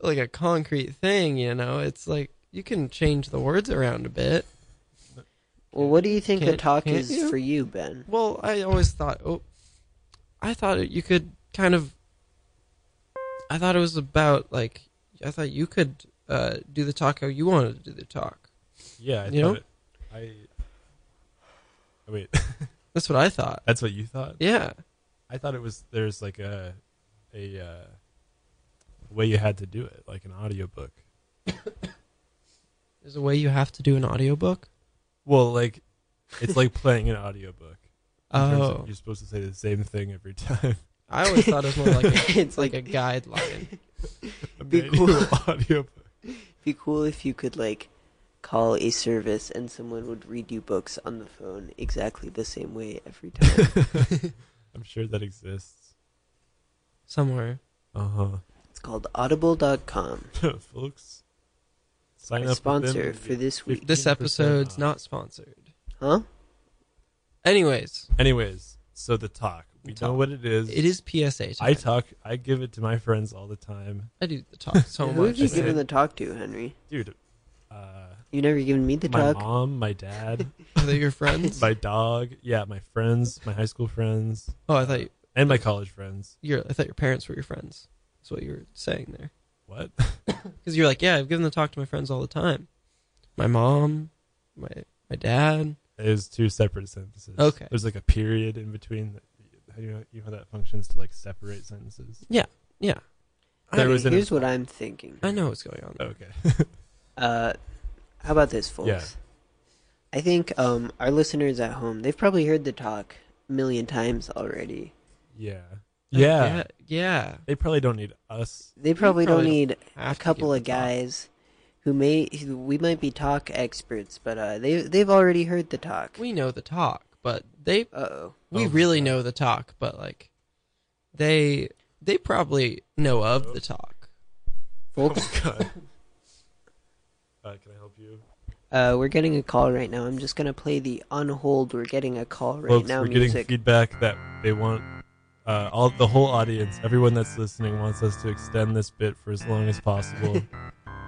like a concrete thing, you know. It's like you can change the words around a bit.
Well, what do you think the
Can't-
talk
can't
is
you?
for you, Ben?
Well, I always thought, oh, I thought you could kind of. I thought it was about like I thought you could uh, do the talk how you wanted to do the talk.
yeah, I
you
thought
know?
it- I. Oh, wait,
That's what I thought.
that's what you thought.
Yeah.
I thought it was there's like a a uh, way you had to do it, like an audiobook.
There's a way you have to do an audiobook.
Well, like it's like playing an audiobook. in terms of
Oh.
you're supposed to say the same thing every time.
I always thought it was more like a,
it's
like
like,
a guideline.
A
Be
manual audiobook.
be cool if you could like call a service and someone would read you books on the phone exactly the same way every time.
I'm sure that exists.
somewhere.
Uh
it's called audible.com.
huh. Folks, sign
Our
up.
sponsor for this week.
This episode's not sponsored.
Huh?
Anyways,
Anyways, so the talk. We
The talk.
know what it is.
it is PSA. Time.
I talk. I give it to my friends all the time,
I do the talk so
Who
much.
have you
Is it-
given the talk to, Henry?
dude. Uh,
You've never given me the
my
talk.
mom, my dad,
Are they your friends?
my dog. Yeah, my friends, my high school friends,
oh, I thought you,
and my college friends.
your I thought your parents were your friends. That's what you were saying there.
What?
Because you're like, yeah, I've given the talk to my friends all the time. My mom, my my dad.
It was two separate sentences.
Okay.
There's like a period in between. How do you know, you know how that functions to like separate sentences?
Yeah,
There
Okay,
was an-
Here's what I'm thinking.
I know what's going on.
Okay.
Uh, how about this, folks?
Yeah.
I think um, our listeners at home, they've probably heard the talk a million times already.
yeah.
Like,
Yeah.
yeah.
They probably don't need us.
They probably,
probably
don't
don't
need
Have
a
to
couple
give
of
the talk.
guys who may who, we might be talk experts, but uh, they they've already heard the talk.
We know the talk, but they
Uh oh,
we
Oh my
really
God.
know the talk, but like they they probably know of the talk.
folks.
Oh my God. uh, can I help you?
Uh, we're getting a call right now. I'm just gonna play the on hold. We're getting a call right
Folks,
now.
we're getting
music.
feedback that they want. Uh, all the whole audience, everyone that's listening, wants us to extend this bit for as long as possible.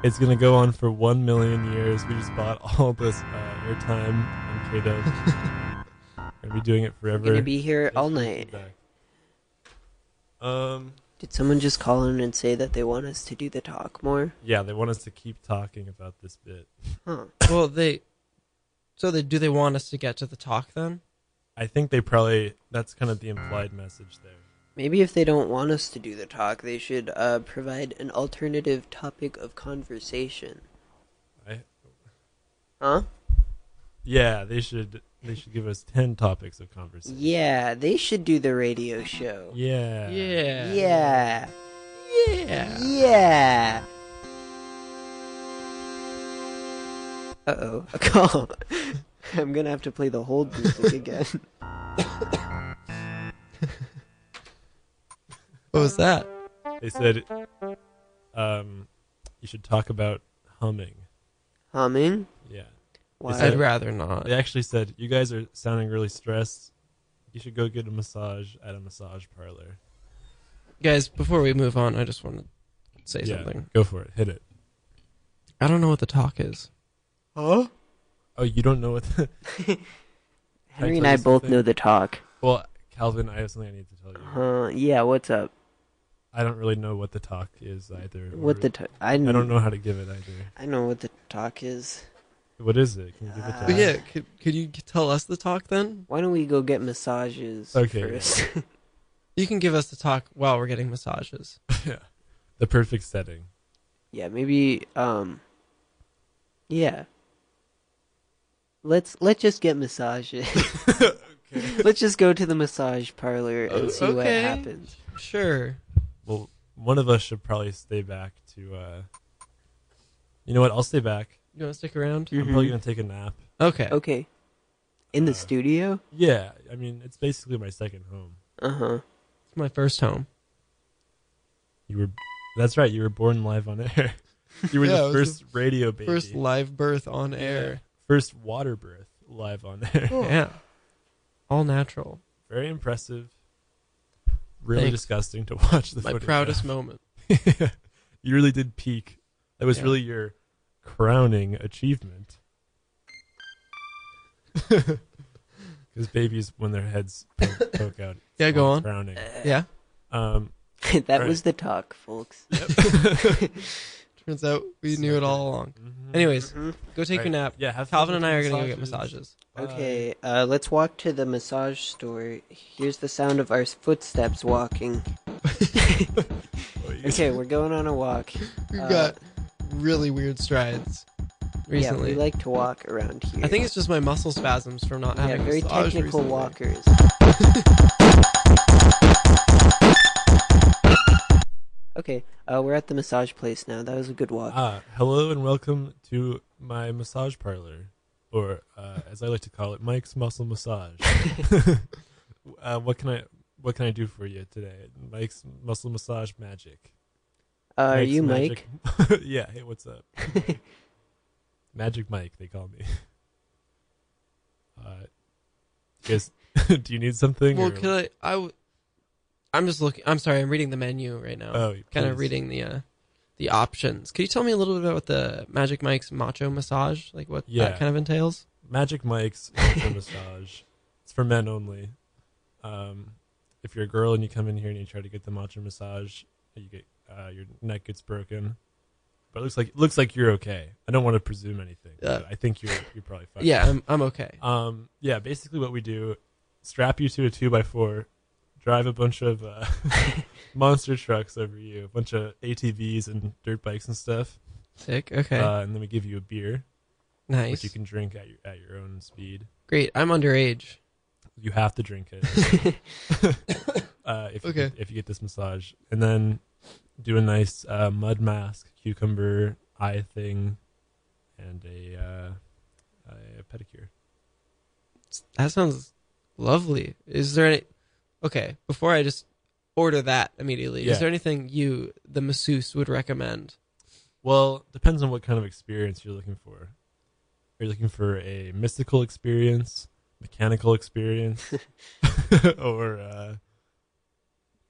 it's gonna go on for one million years. We just bought all this uh, airtime on Kato. Gonna be doing it forever.
we're gonna be here
Thanks
all
for the
night.
feedback. Um.
Did someone just call in and say that they want us to do the talk more?
Yeah, they want us to keep talking about this bit.
Huh.
Well, they so they do they want us to get to the talk then?
I think they probably that's kind of the implied message there.
Maybe if they don't want us to do the talk, they should uh, provide an alternative topic of conversation.
I,
Huh?
yeah, they should they should give us ten topics of conversation.
Yeah, they should do the radio show.
Yeah.
Yeah.
Yeah.
Yeah.
Yeah. Uh oh, a call. I'm gonna have to play the hold music again.
What was that?
They said, um, you should talk about humming.
Humming?
Yeah.
Why?
Is
I'd
that-
rather not.
They actually said you guys are sounding really stressed. You should go get a massage at a massage parlor.
Guys, before we move on, I just want to say
yeah.
something.
Go for it. Hit it.
I don't know what the talk is.
Huh?
Oh, you don't know what? The, I
Henry and
tell
I
you
both
something?
know the talk.
well, Calvin, I have something I need to tell you.
Huh? Yeah. What's up?
I don't really know what the talk is either. or-
What the? T- I,
I don't know how to give it either.
I know what the talk is.
What is it? Can you give it
Uh,
to
But
us?
yeah, could, could you tell us the talk then?
Why don't we go get massages
Okay.
first?
You can give us the talk while we're getting massages.
The perfect setting.
Yeah, maybe um Yeah. Let's let's just get massages.
okay.
let's just go to the massage parlor and
Oh,
see what
okay.
happens.
Sure.
Well, one of us should probably stay back to. uh You know what? I'll stay back.
You want to stick around?
I'm probably gonna take a nap.
Okay.
Okay. In the
Uh,
studio?
Yeah, I mean it's basically my second home.
Uh-huh.
It's my first home.
You were, that's right. You were born live on air. You were
Yeah, I
the
was
first radio baby,
First
first,
live birth on air.
first water birth live on air.
Yeah. All natural.
Very impressive. Really
Thanks.
disgusting to watch the
my
footage
proudest
of.
moment.
you really did peak. That was
Yeah.
really your crowning achievement. Because babies, when their heads poke, poke out,
Yeah, go on.
Crowning.
Yeah.
Um,
that
Right.
was the talk, folks.
Turns out we
So
knew it
good.
all along.
mhm.
Anyways, uh,
Mhm.
go Mm-hmm. take your
Right.
nap.
Yeah, have fun
Calvin
with
and I
your
are going to go get
massages.
massages.
Bye.
Okay, uh, let's walk to the massage store. Here's the sound of our footsteps walking.
Well, you-
Okay, we're going on a walk.
We've
Uh,
got really weird strides recently.
Yeah, we like to walk around here.
I think it's just my muscle spasms from not
yeah,
having
very
massage
technical
recently.
walkers. okay, uh, we're at the massage place now. That was a good walk.
Ah, hello and welcome to my massage parlor, or uh, as I like to call it, Mike's Muscle Massage. uh, what can I What can I do for you today? Mike's Muscle Massage Magic.
Uh, are
Mike's
you Mike?
magic- yeah. Hey, what's up? magic Mike, they call me. Uh, guess, do you need something?
Well,
or-
cause I, I, w- I'm just looking. I'm sorry. I'm reading the menu right now.
oh,
kind of
please.
reading the uh, the options. Could you tell me a little bit about the Magic Mike's Macho Massage? Like what
Yeah.
that kind of entails?
Magic Mike's Ultra Massage. It's for men only. Um, if you're a girl and you come in here and you try to get the matcha massage, you get uh, your neck gets broken. But it looks like it looks like you're okay. I don't want to presume anything.
Yeah.
but I think you're you're probably fine.
Yeah, I'm I'm okay.
Um, yeah. Basically, what we do: strap you to a two by four, drive a bunch of uh, monster trucks over you, a bunch of ATVs and dirt bikes and stuff,
Sick. Okay.
uh, and then we give you a beer,
nice.
which you can drink at your at your own speed.
Great. I'm underage.
You have to drink it. uh, if you
Okay.
get, if you get this massage, and then do a nice uh, mud mask, cucumber eye thing, and a uh, a pedicure.
That sounds lovely. Is there any? Okay. Before I just order that immediately.
Yeah.
Is there anything you, the masseuse, would recommend?
Well, depends on what kind of experience you're looking for. Are you looking for a mystical experience, mechanical experience, or uh,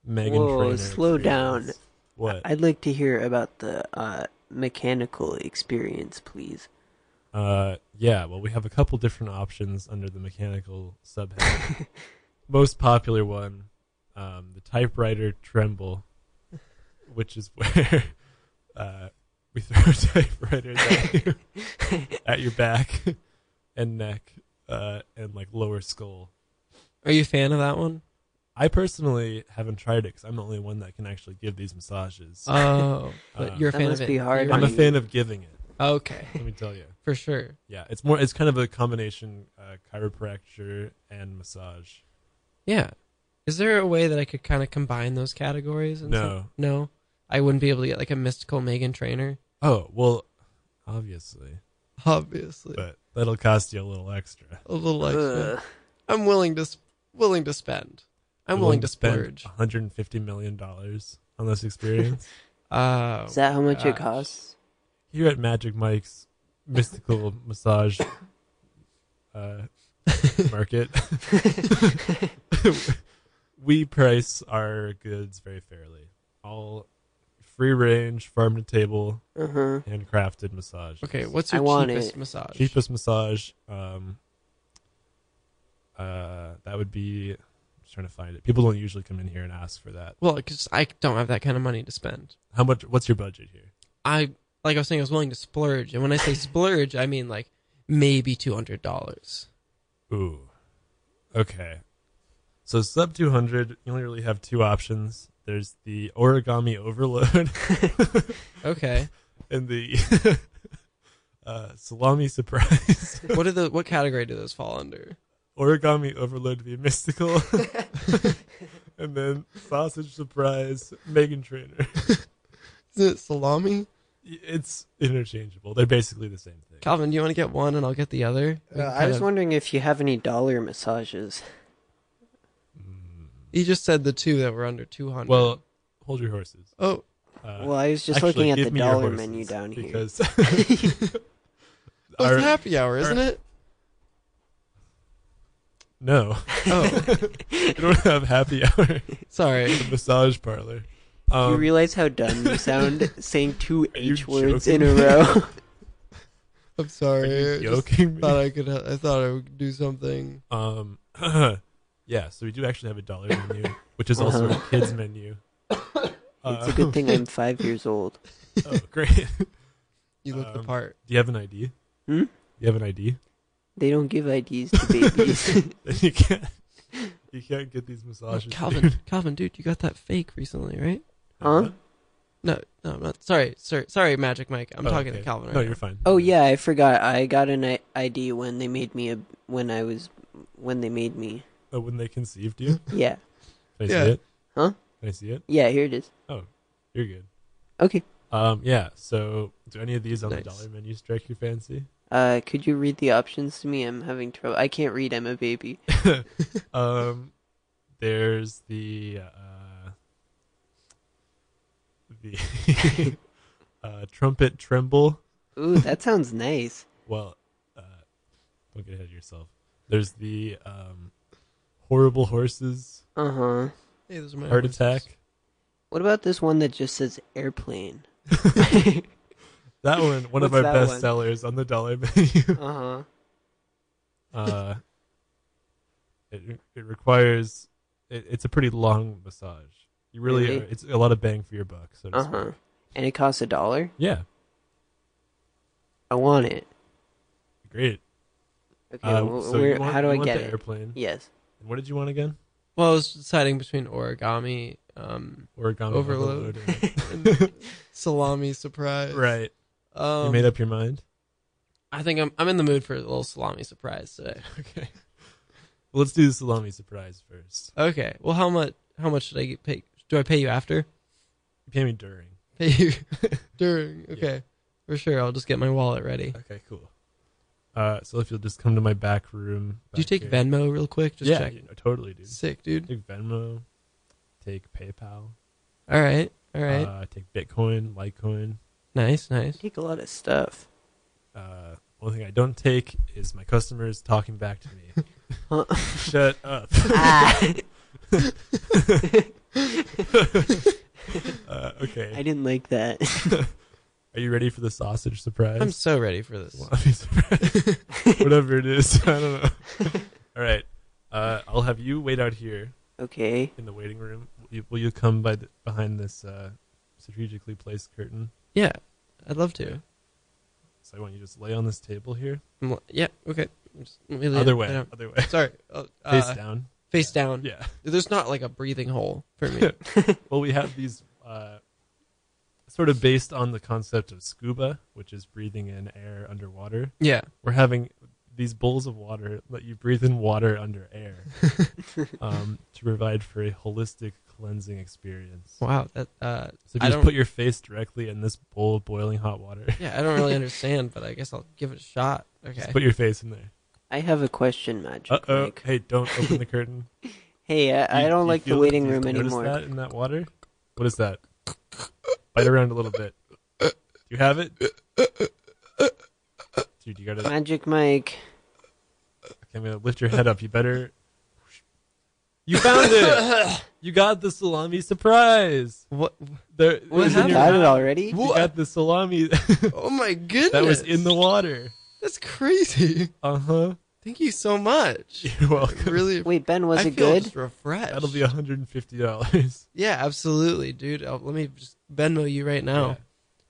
Megan?
Whoa,
Trainor
slow down.
experience? What?
I'd like to hear about the uh, mechanical experience, please.
Uh, yeah, well, we have a couple different options under the mechanical subhead. Most popular one, um, the typewriter tremble, which is where uh, we throw typewriters at, you, at your back and neck uh, and like lower skull.
Are you a fan of that one?
I personally haven't tried it because I'm the only one that can actually give these massages.
Oh, but
Uh,
you're a
That
fan
must
of it.
be hard
You're
I'm a
right.
fan of giving it.
Okay,
Let me tell you.
for sure.
Yeah, it's more. It's kind of a combination uh, chiropractor and massage.
Yeah. Is there a way that I could kind of combine those categories? And some-
No.
no, I wouldn't be able to get like a mystical Megan Trainer.
Oh well, obviously,
Obviously,
but that'll cost you a little extra.
a little extra.
Ugh.
I'm willing to s- willing to spend. I'm willing, to splurge.
one hundred and fifty million dollars on this experience
Oh,
Is that how much it
Uh,
gosh.
costs?
here at Magic Mike's mystical massage uh, market. we price our goods very fairly. All free range, farm to table,
Uh huh.
handcrafted massage.
Okay, what's
I
your
want
cheapest
it.
massage?
cheapest massage um uh that would be I'm just trying to find it people don't usually come in here and ask for that
Well, because I don't have that kind of money to spend.
how much what's your budget here
I like I was saying, I was willing to splurge, and when I say splurge, I mean like maybe two hundred dollars.
ooh okay so sub 200 you only really have two options there's the origami overload
Okay,
and the uh, salami surprise.
What did the what category do those fall under?
Origami overload via mystical, and then sausage surprise. Megan Trainer.
Is it salami?
It's interchangeable. They're basically the same thing.
Calvin, do you want to get one and I'll get the other? We
Uh,
can
I
kind
was
of-
wondering if you have any dollar massages.
You just said the two that were under two hundred.
Well, hold your horses.
oh,
Uh,
Well, I was just
actually,
looking at
give
the
me your
dollar
horses,
menu down here.
because
well,
Our-
it's happy hour, isn't it?
no,
Oh,
we don't have happy hour.
sorry.
massage parlor.
Do you
Um,
realize how dumb you sound saying two
Are you
H words
joking?
in a row?
I'm
are
sorry. I
you
just
joking me?
thought I could. I thought I would do something.
Um, yeah, so we do actually have a dollar menu, which is also a kids menu.
Uh-huh.
Uh,
it's a good thing I'm five years old.
oh, great. Do
You look the
Um,
part.
you have an ID?
Hmm?
Do you have an ID?
They don't give IDs to babies.
Then you can't. You can't get these massages.
Calvin,
dude.
Calvin, dude, you got that fake recently, right?
Huh?
No, no, I'm not. Sorry, sir. Sorry, Magic Mike. I'm
Oh,
talking
okay.
to Calvin right
No,
now.
you're fine.
oh yeah, I forgot. I got an I- ID when they made me a when I was when they made me.
Oh, when they conceived you,
Yeah,
can I
Yeah.
see it?
Huh?
Can I see it?
yeah. Here it is.
You're good.
Okay.
Um, yeah. So, do any of these on
Nice.
the dollar menu strike your fancy?
Uh, could you read the options to me? I'm having trouble. I can't read. I'm a baby.
um, there's the uh, the uh, trumpet tremble.
Ooh, that sounds nice.
Well, uh, don't get ahead of yourself. There's the um, horrible horses
Uh huh.
Hey, those are my
heart
horses.
attack.
What about this one that just says airplane? Uh-huh.
That one, one of
What's
our
that
best
one?
sellers on the dollar menu.
Uh huh.
Uh, it it requires it, it's a pretty long massage. You really,
Really?
Are, it's a lot of bang for your buck. So to
Uh
speak.
huh. And it costs a dollar.
yeah,
I want it.
great.
Okay.
Uh,
wh-
so you
where,
want-
how do
you
I
want
get
the
it?
airplane?
Yes.
And what did you want again?
Well, I was deciding between origami, um,
Origami
Overload.
overload.
and salami surprise.
right.
Um,
you made up your mind.
I think I'm I'm in the mood for a little salami surprise today.
Okay. Well, let's do the salami surprise first.
Okay. Well, how much how much should I get paid? Do I pay you after?
You pay me during.
Pay you during? Okay. For sure. I'll just get my wallet ready.
Okay, cool. Uh, so if you'll just come to my back room.
Do you
back
take
here.
Venmo real quick? Just
yeah,
check.
you know, totally, dude.
Sick, dude.
Take Venmo. Take PayPal.
All right. All right.
Uh, take Bitcoin, Litecoin.
nice. Nice.
I take a lot of stuff.
Uh, one thing I don't take is my customers talking back to me.
Huh?
Shut up.
ah,
Uh,
I
okay.
didn't like that.
Are you ready for the sausage surprise?
I'm so ready for this.
Salami surprise. Whatever it is. I don't know. All right. Uh, I'll have you wait out here
Okay.
in the waiting room. Will you, will you come by the, behind this uh, strategically placed curtain?
Yeah. I'd love to.
So I want you to just lay on this table here.
I'm li- yeah. Okay. Just let me lay
other
it
way.
down.
Other way.
Sorry. Oh, uh, um,
Face down.
Face down.
Yeah.
There's not like a breathing hole for me.
Well, we have these uh, sort of based on the concept of scuba, which is breathing in air underwater.
yeah.
We're having these bowls of water let you breathe in water under air um, to provide for a holistic cleansing experience.
Wow. That. Uh,
So if
I
you just
don't-
put your face directly in this bowl of boiling hot water,
yeah. I don't really understand, but I guess I'll give it a shot. Okay.
just put your face in there.
I have a question, Magic.
Uh oh.
Mike.
Hey, don't open the curtain.
Hey, I,
You-
I don't
you
like the
feel-
waiting
you
room
notice
anymore.
that in that water? What is that? Bite around a little bit. Do you have it? Dude, you gotta.
Magic Mike.
Okay, I'm gonna lift your head up. You better. You found it. you got the salami surprise.
What?
There, it
What
was in
You
your
got it
mouth.
already?
You got the salami
Oh my goodness.
that was in the water.
That's crazy.
Uh huh.
Thank you so much.
You're welcome.
Really.
Wait, Ben, was
I
it
feel
good?
Just refreshed.
That'll be 150 dollars.
yeah, absolutely, dude. I'll, let me just Venmo you right now.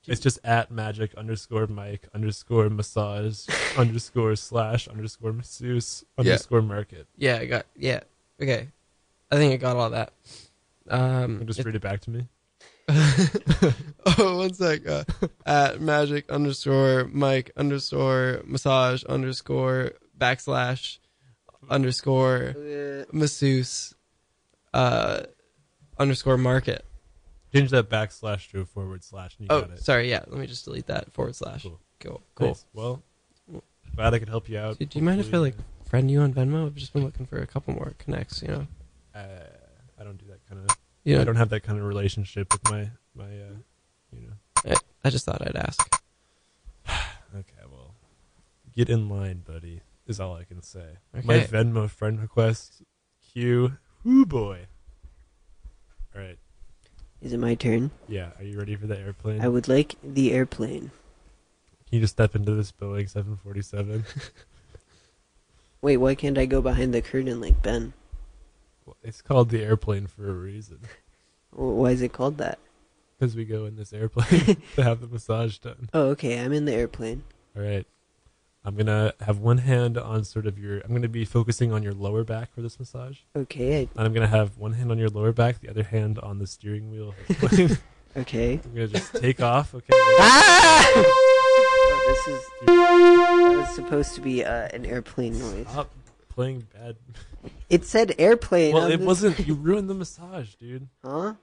It's just at magic underscore Mike underscore massage underscore slash underscore masseuse
Yeah.
underscore market.
Yeah, I got. Yeah. Okay. I think I got all that. Um.
Just
it-
read it back to me.
oh, one sec. Uh, at magic underscore Mike underscore massage underscore backslash underscore
Uh,
masseuse uh, underscore market.
Change that backslash to a forward slash, and you
Oh,
got it.
sorry. Yeah, let me just delete that forward slash.
Cool.
Cool. Cool.
Nice. Well, glad I could help you out.
Dude, do you mind if I
Hopefully,
like friend you on Venmo? I've just been looking for a couple more connects. You know.
Uh, I don't do that kind of.
You know.
I don't have that kind of relationship with my my. Uh, you know.
I just thought I'd ask.
Okay. Well, get in line, buddy. Is all I can say.
Okay.
My Venmo friend request queue. Whoo boy. All right.
is it my turn?
Yeah. Are you ready for the airplane?
I would like the airplane.
Can you just step into this Boeing 747?
Wait, why can't I go behind the curtain like Ben?
Well, it's called the airplane for a reason.
Wh- Why is it called that?
Because we go in this airplane to have the massage done.
Oh, okay, I'm in the airplane.
All right. I'm going to have one hand on sort of your. I'm going to be focusing on your lower back for this massage.
Okay,
And I'm going to have one hand on your lower back, the other hand on the steering wheel.
I, okay.
I'm going to just take off. Okay. ready?
Ah! Oh, this is that was supposed to be uh, an airplane noise.
Stop playing bad.
It said airplane.
Well,
on
it
this-
wasn't. You ruined the massage, dude.
Huh?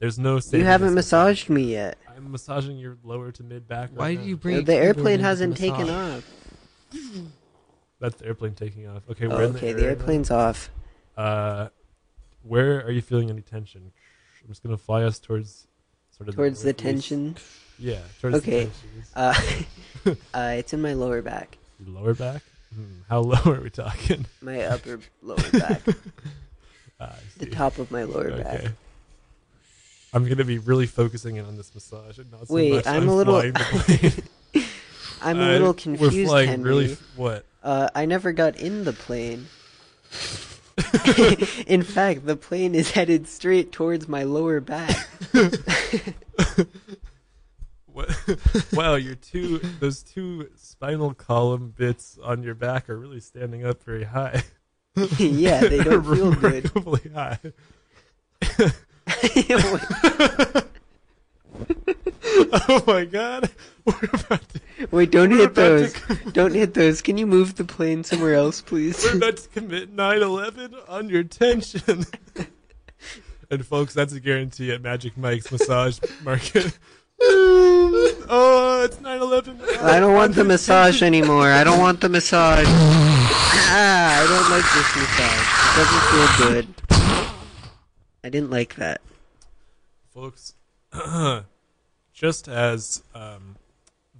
There's no saving
You haven't
this massage.
massaged me yet.
I'm massaging your lower to mid back.
Why
right
do
now.
you bring
the airplane hasn't taken off.
That's the airplane taking off. Okay,
Oh,
we're in
okay,
the,
the
air
airplane's off.
now. Uh, where are you feeling any tension? I'm just gonna fly us towards sort of
Towards the
northeast.
tension.
Yeah, towards
Okay.
the tensions.
Uh, uh, it's in my lower back,
Your lower back. Hmm, how low are we talking?
my upper lower back,
Ah, I
the
see.
top of my lower back.
Okay. I'm gonna be really focusing in on this massage and not so
Wait,
much
I'm
on
a little-
flying the plane.
I'm
Uh,
a little confused,
We're flying
Henry.
really. f- What?
Uh, I never got in the plane. in fact, the plane is headed straight towards my lower back.
What? wow, your two those two spinal column bits on your back are really standing up very high.
yeah, they don't feel good.
Remarkably high. Oh my god! We're about to,
Wait, don't
We're
hit
about to
those. Don't hit those. Can you move the plane somewhere else, please?
we're about to commit 9/11 on your tension. and folks, that's a guarantee at Magic Mike's Massage Market. oh, it's 9/11.
I don't want the massage anymore. I don't want the massage. Ah, I don't like this massage. It doesn't feel good. I didn't like that.
folks just as um,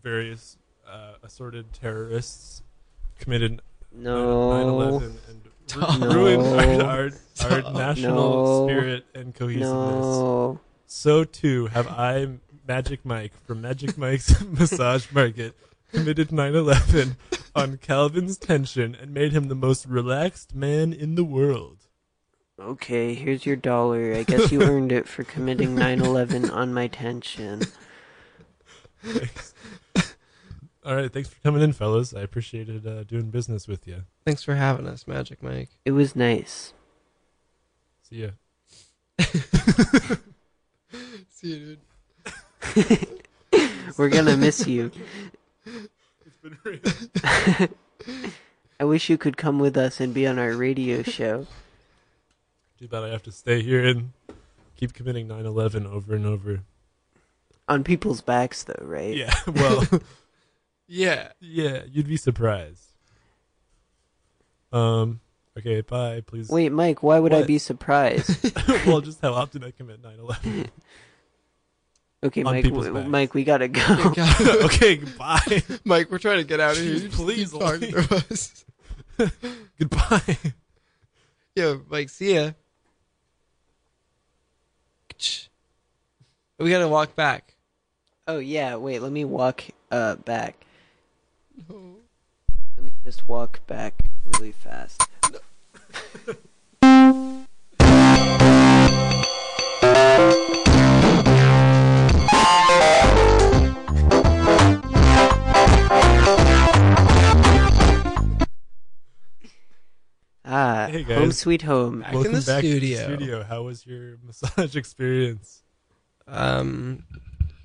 various uh, assorted terrorists committed
No.
9-11 and ru-
No.
ruined our, our, our national
No.
spirit and cohesiveness
No.
so too have i magic mike from magic mike's massage market committed 9-11 on calvin's tension and made him the most relaxed man in the world
Okay, here's your dollar. I guess you earned it for committing 9/11 on my tension.
Thanks. all right thanks for coming in fellas i appreciated uh, doing business with you
Thanks for having us, Magic Mike.
It was nice.
See ya.
See you, dude.
We're gonna miss you.
It's been real.
I wish you could come with us and be on our radio show.
Too bad I have to stay here and keep committing 9/11 over and over.
On people's backs, though, right?
Yeah. Well,
Yeah.
yeah, you'd be surprised. Um. Okay. Bye. Please.
Wait, Mike, why would I
What?
be surprised?
well, just how often I commit 9/11.
Okay,
On
Mike,
people's
w-
backs.
Mike, we gotta go.
okay. Goodbye.
Mike, we're trying to get out of here.
here. You
You
just Please,
please
keep
talking
talking
to us.
goodbye.
Yo, Mike, see ya. We gotta walk back.
oh yeah, wait, let me walk uh back. Let me just walk back really fast. Ah,
Hey, guys.
home sweet home.
Back in the
back to the
studio.
studio. How was your massage experience?
Um,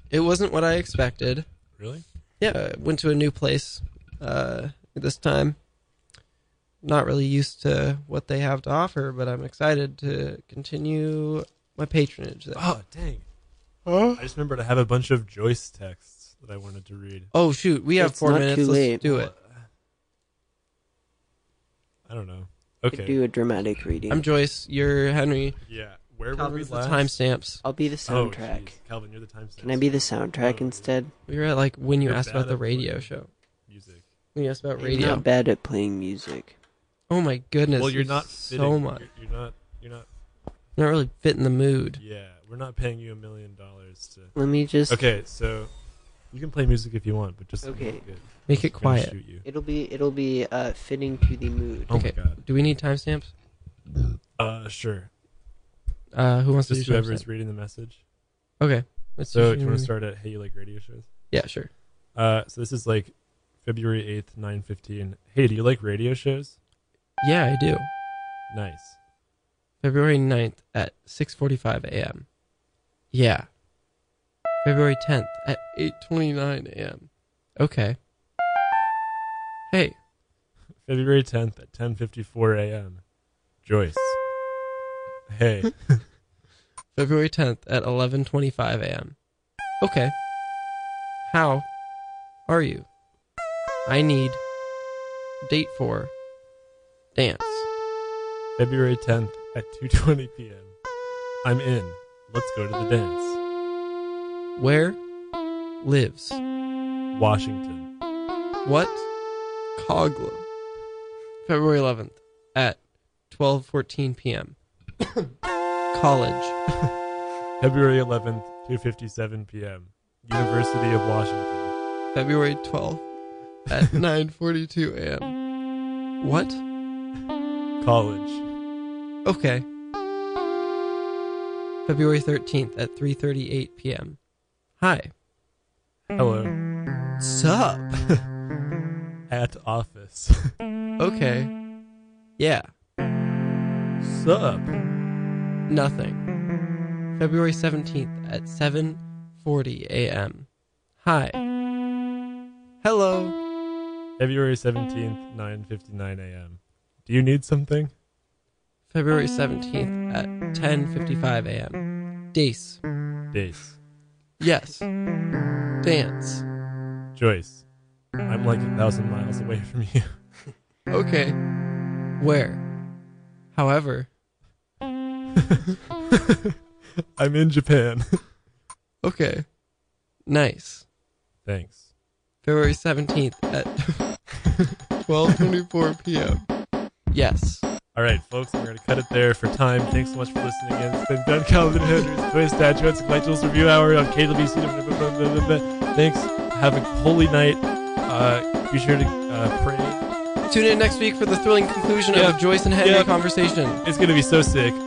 it wasn't what I expected.
Really?
Yeah, I went to a new place uh, this time. Not really used to what they have to offer, but I'm excited to continue my patronage there.
Oh, dang.
Oh,
I just remembered I have a bunch of Joyce texts that I wanted to read.
Oh, shoot, we have
It's
four
not
minutes.
too
Let's
late.
do it.
I don't know.
I could
Okay.
do a dramatic reading.
I'm Joyce. You're Henry.
Yeah. Where
Calvin's
were
the
we last?
timestamps.
I'll be the
Oh,
soundtrack.
jeez. Calvin, you're the timestamp.
Can I be the
Oh,
soundtrack
dude.
instead?
We were at like when you
You're
asked
bad
about the
at
radio
playing.
show.
music?
When you asked about
I'm
radio.
not bad at playing music.
Oh my goodness.
well, you're
there's
not fitting.
so much.
You're, you're not. You're not.
Not really fit in the mood.
Yeah, we're not paying you a million dollars to.
Let me just.
Okay, so you can play music if you want, but just
Okay.
Make it,
Make it
we're gonna
quiet.
Shoot you.
It'll be it'll be uh, fitting to the mood.
Oh
Okay.
my god.
Do we need timestamps?
Uh, sure.
Uh, who wants
Just
to do
whoever's
timestamps?
reading the message.
Okay. Let's
So,
do
do you want
something.
to start at Hey, you like radio shows?
Yeah, sure.
Uh, so this is like February eighth, nine fifteen. Hey, do you like radio shows?
Yeah, I do.
Nice.
February 9th at 6:45 a.m. Yeah. February 10th at 8:29 a.m. Okay. Hey,
February 10th at 10:54 a.m. Joyce. Hey,
February 10th at 11:25 a.m. Okay. How are you? I need date for dance.
February 10th at 2:20 p.m. I'm in. Let's go to the dance.
Where lives
Washington.
what Coglin? February 11th at 12:14 p.m. College.
February 11th, 2:57 p.m. University of Washington.
February 12th at 9:42 a.m. What?
College.
Okay. February 13th at 3:38 p.m. Hi.
Hello.
Sup?
At office.
Okay. Yeah.
Sup.
Nothing. February 17th at 7:40 a.m. Hi. Hello.
February 17th, 9:59 a.m. Do you need something?
February 17th at 10:55 a.m. Dace.
Dace.
Yes. Dance.
Joyce. I'm like a thousand miles away from you.
Okay. Where? However,
I'm in Japan.
okay. Nice.
Thanks.
February 17th at 12:24 p.m. Yes.
All right, folks, we're going to cut it there for time. Thanks so much for listening again. It's been Ben Calvin Henry's Toy Statuettes and Legends Review Hour on KWC. Blah, blah, blah, blah, blah, blah. Thanks. Have a holy night. Uh, be sure to uh, pray.
Tune in next week for the thrilling conclusion
Yeah.
of Joyce and Henry
Yeah.
conversation.
It's going to be so sick.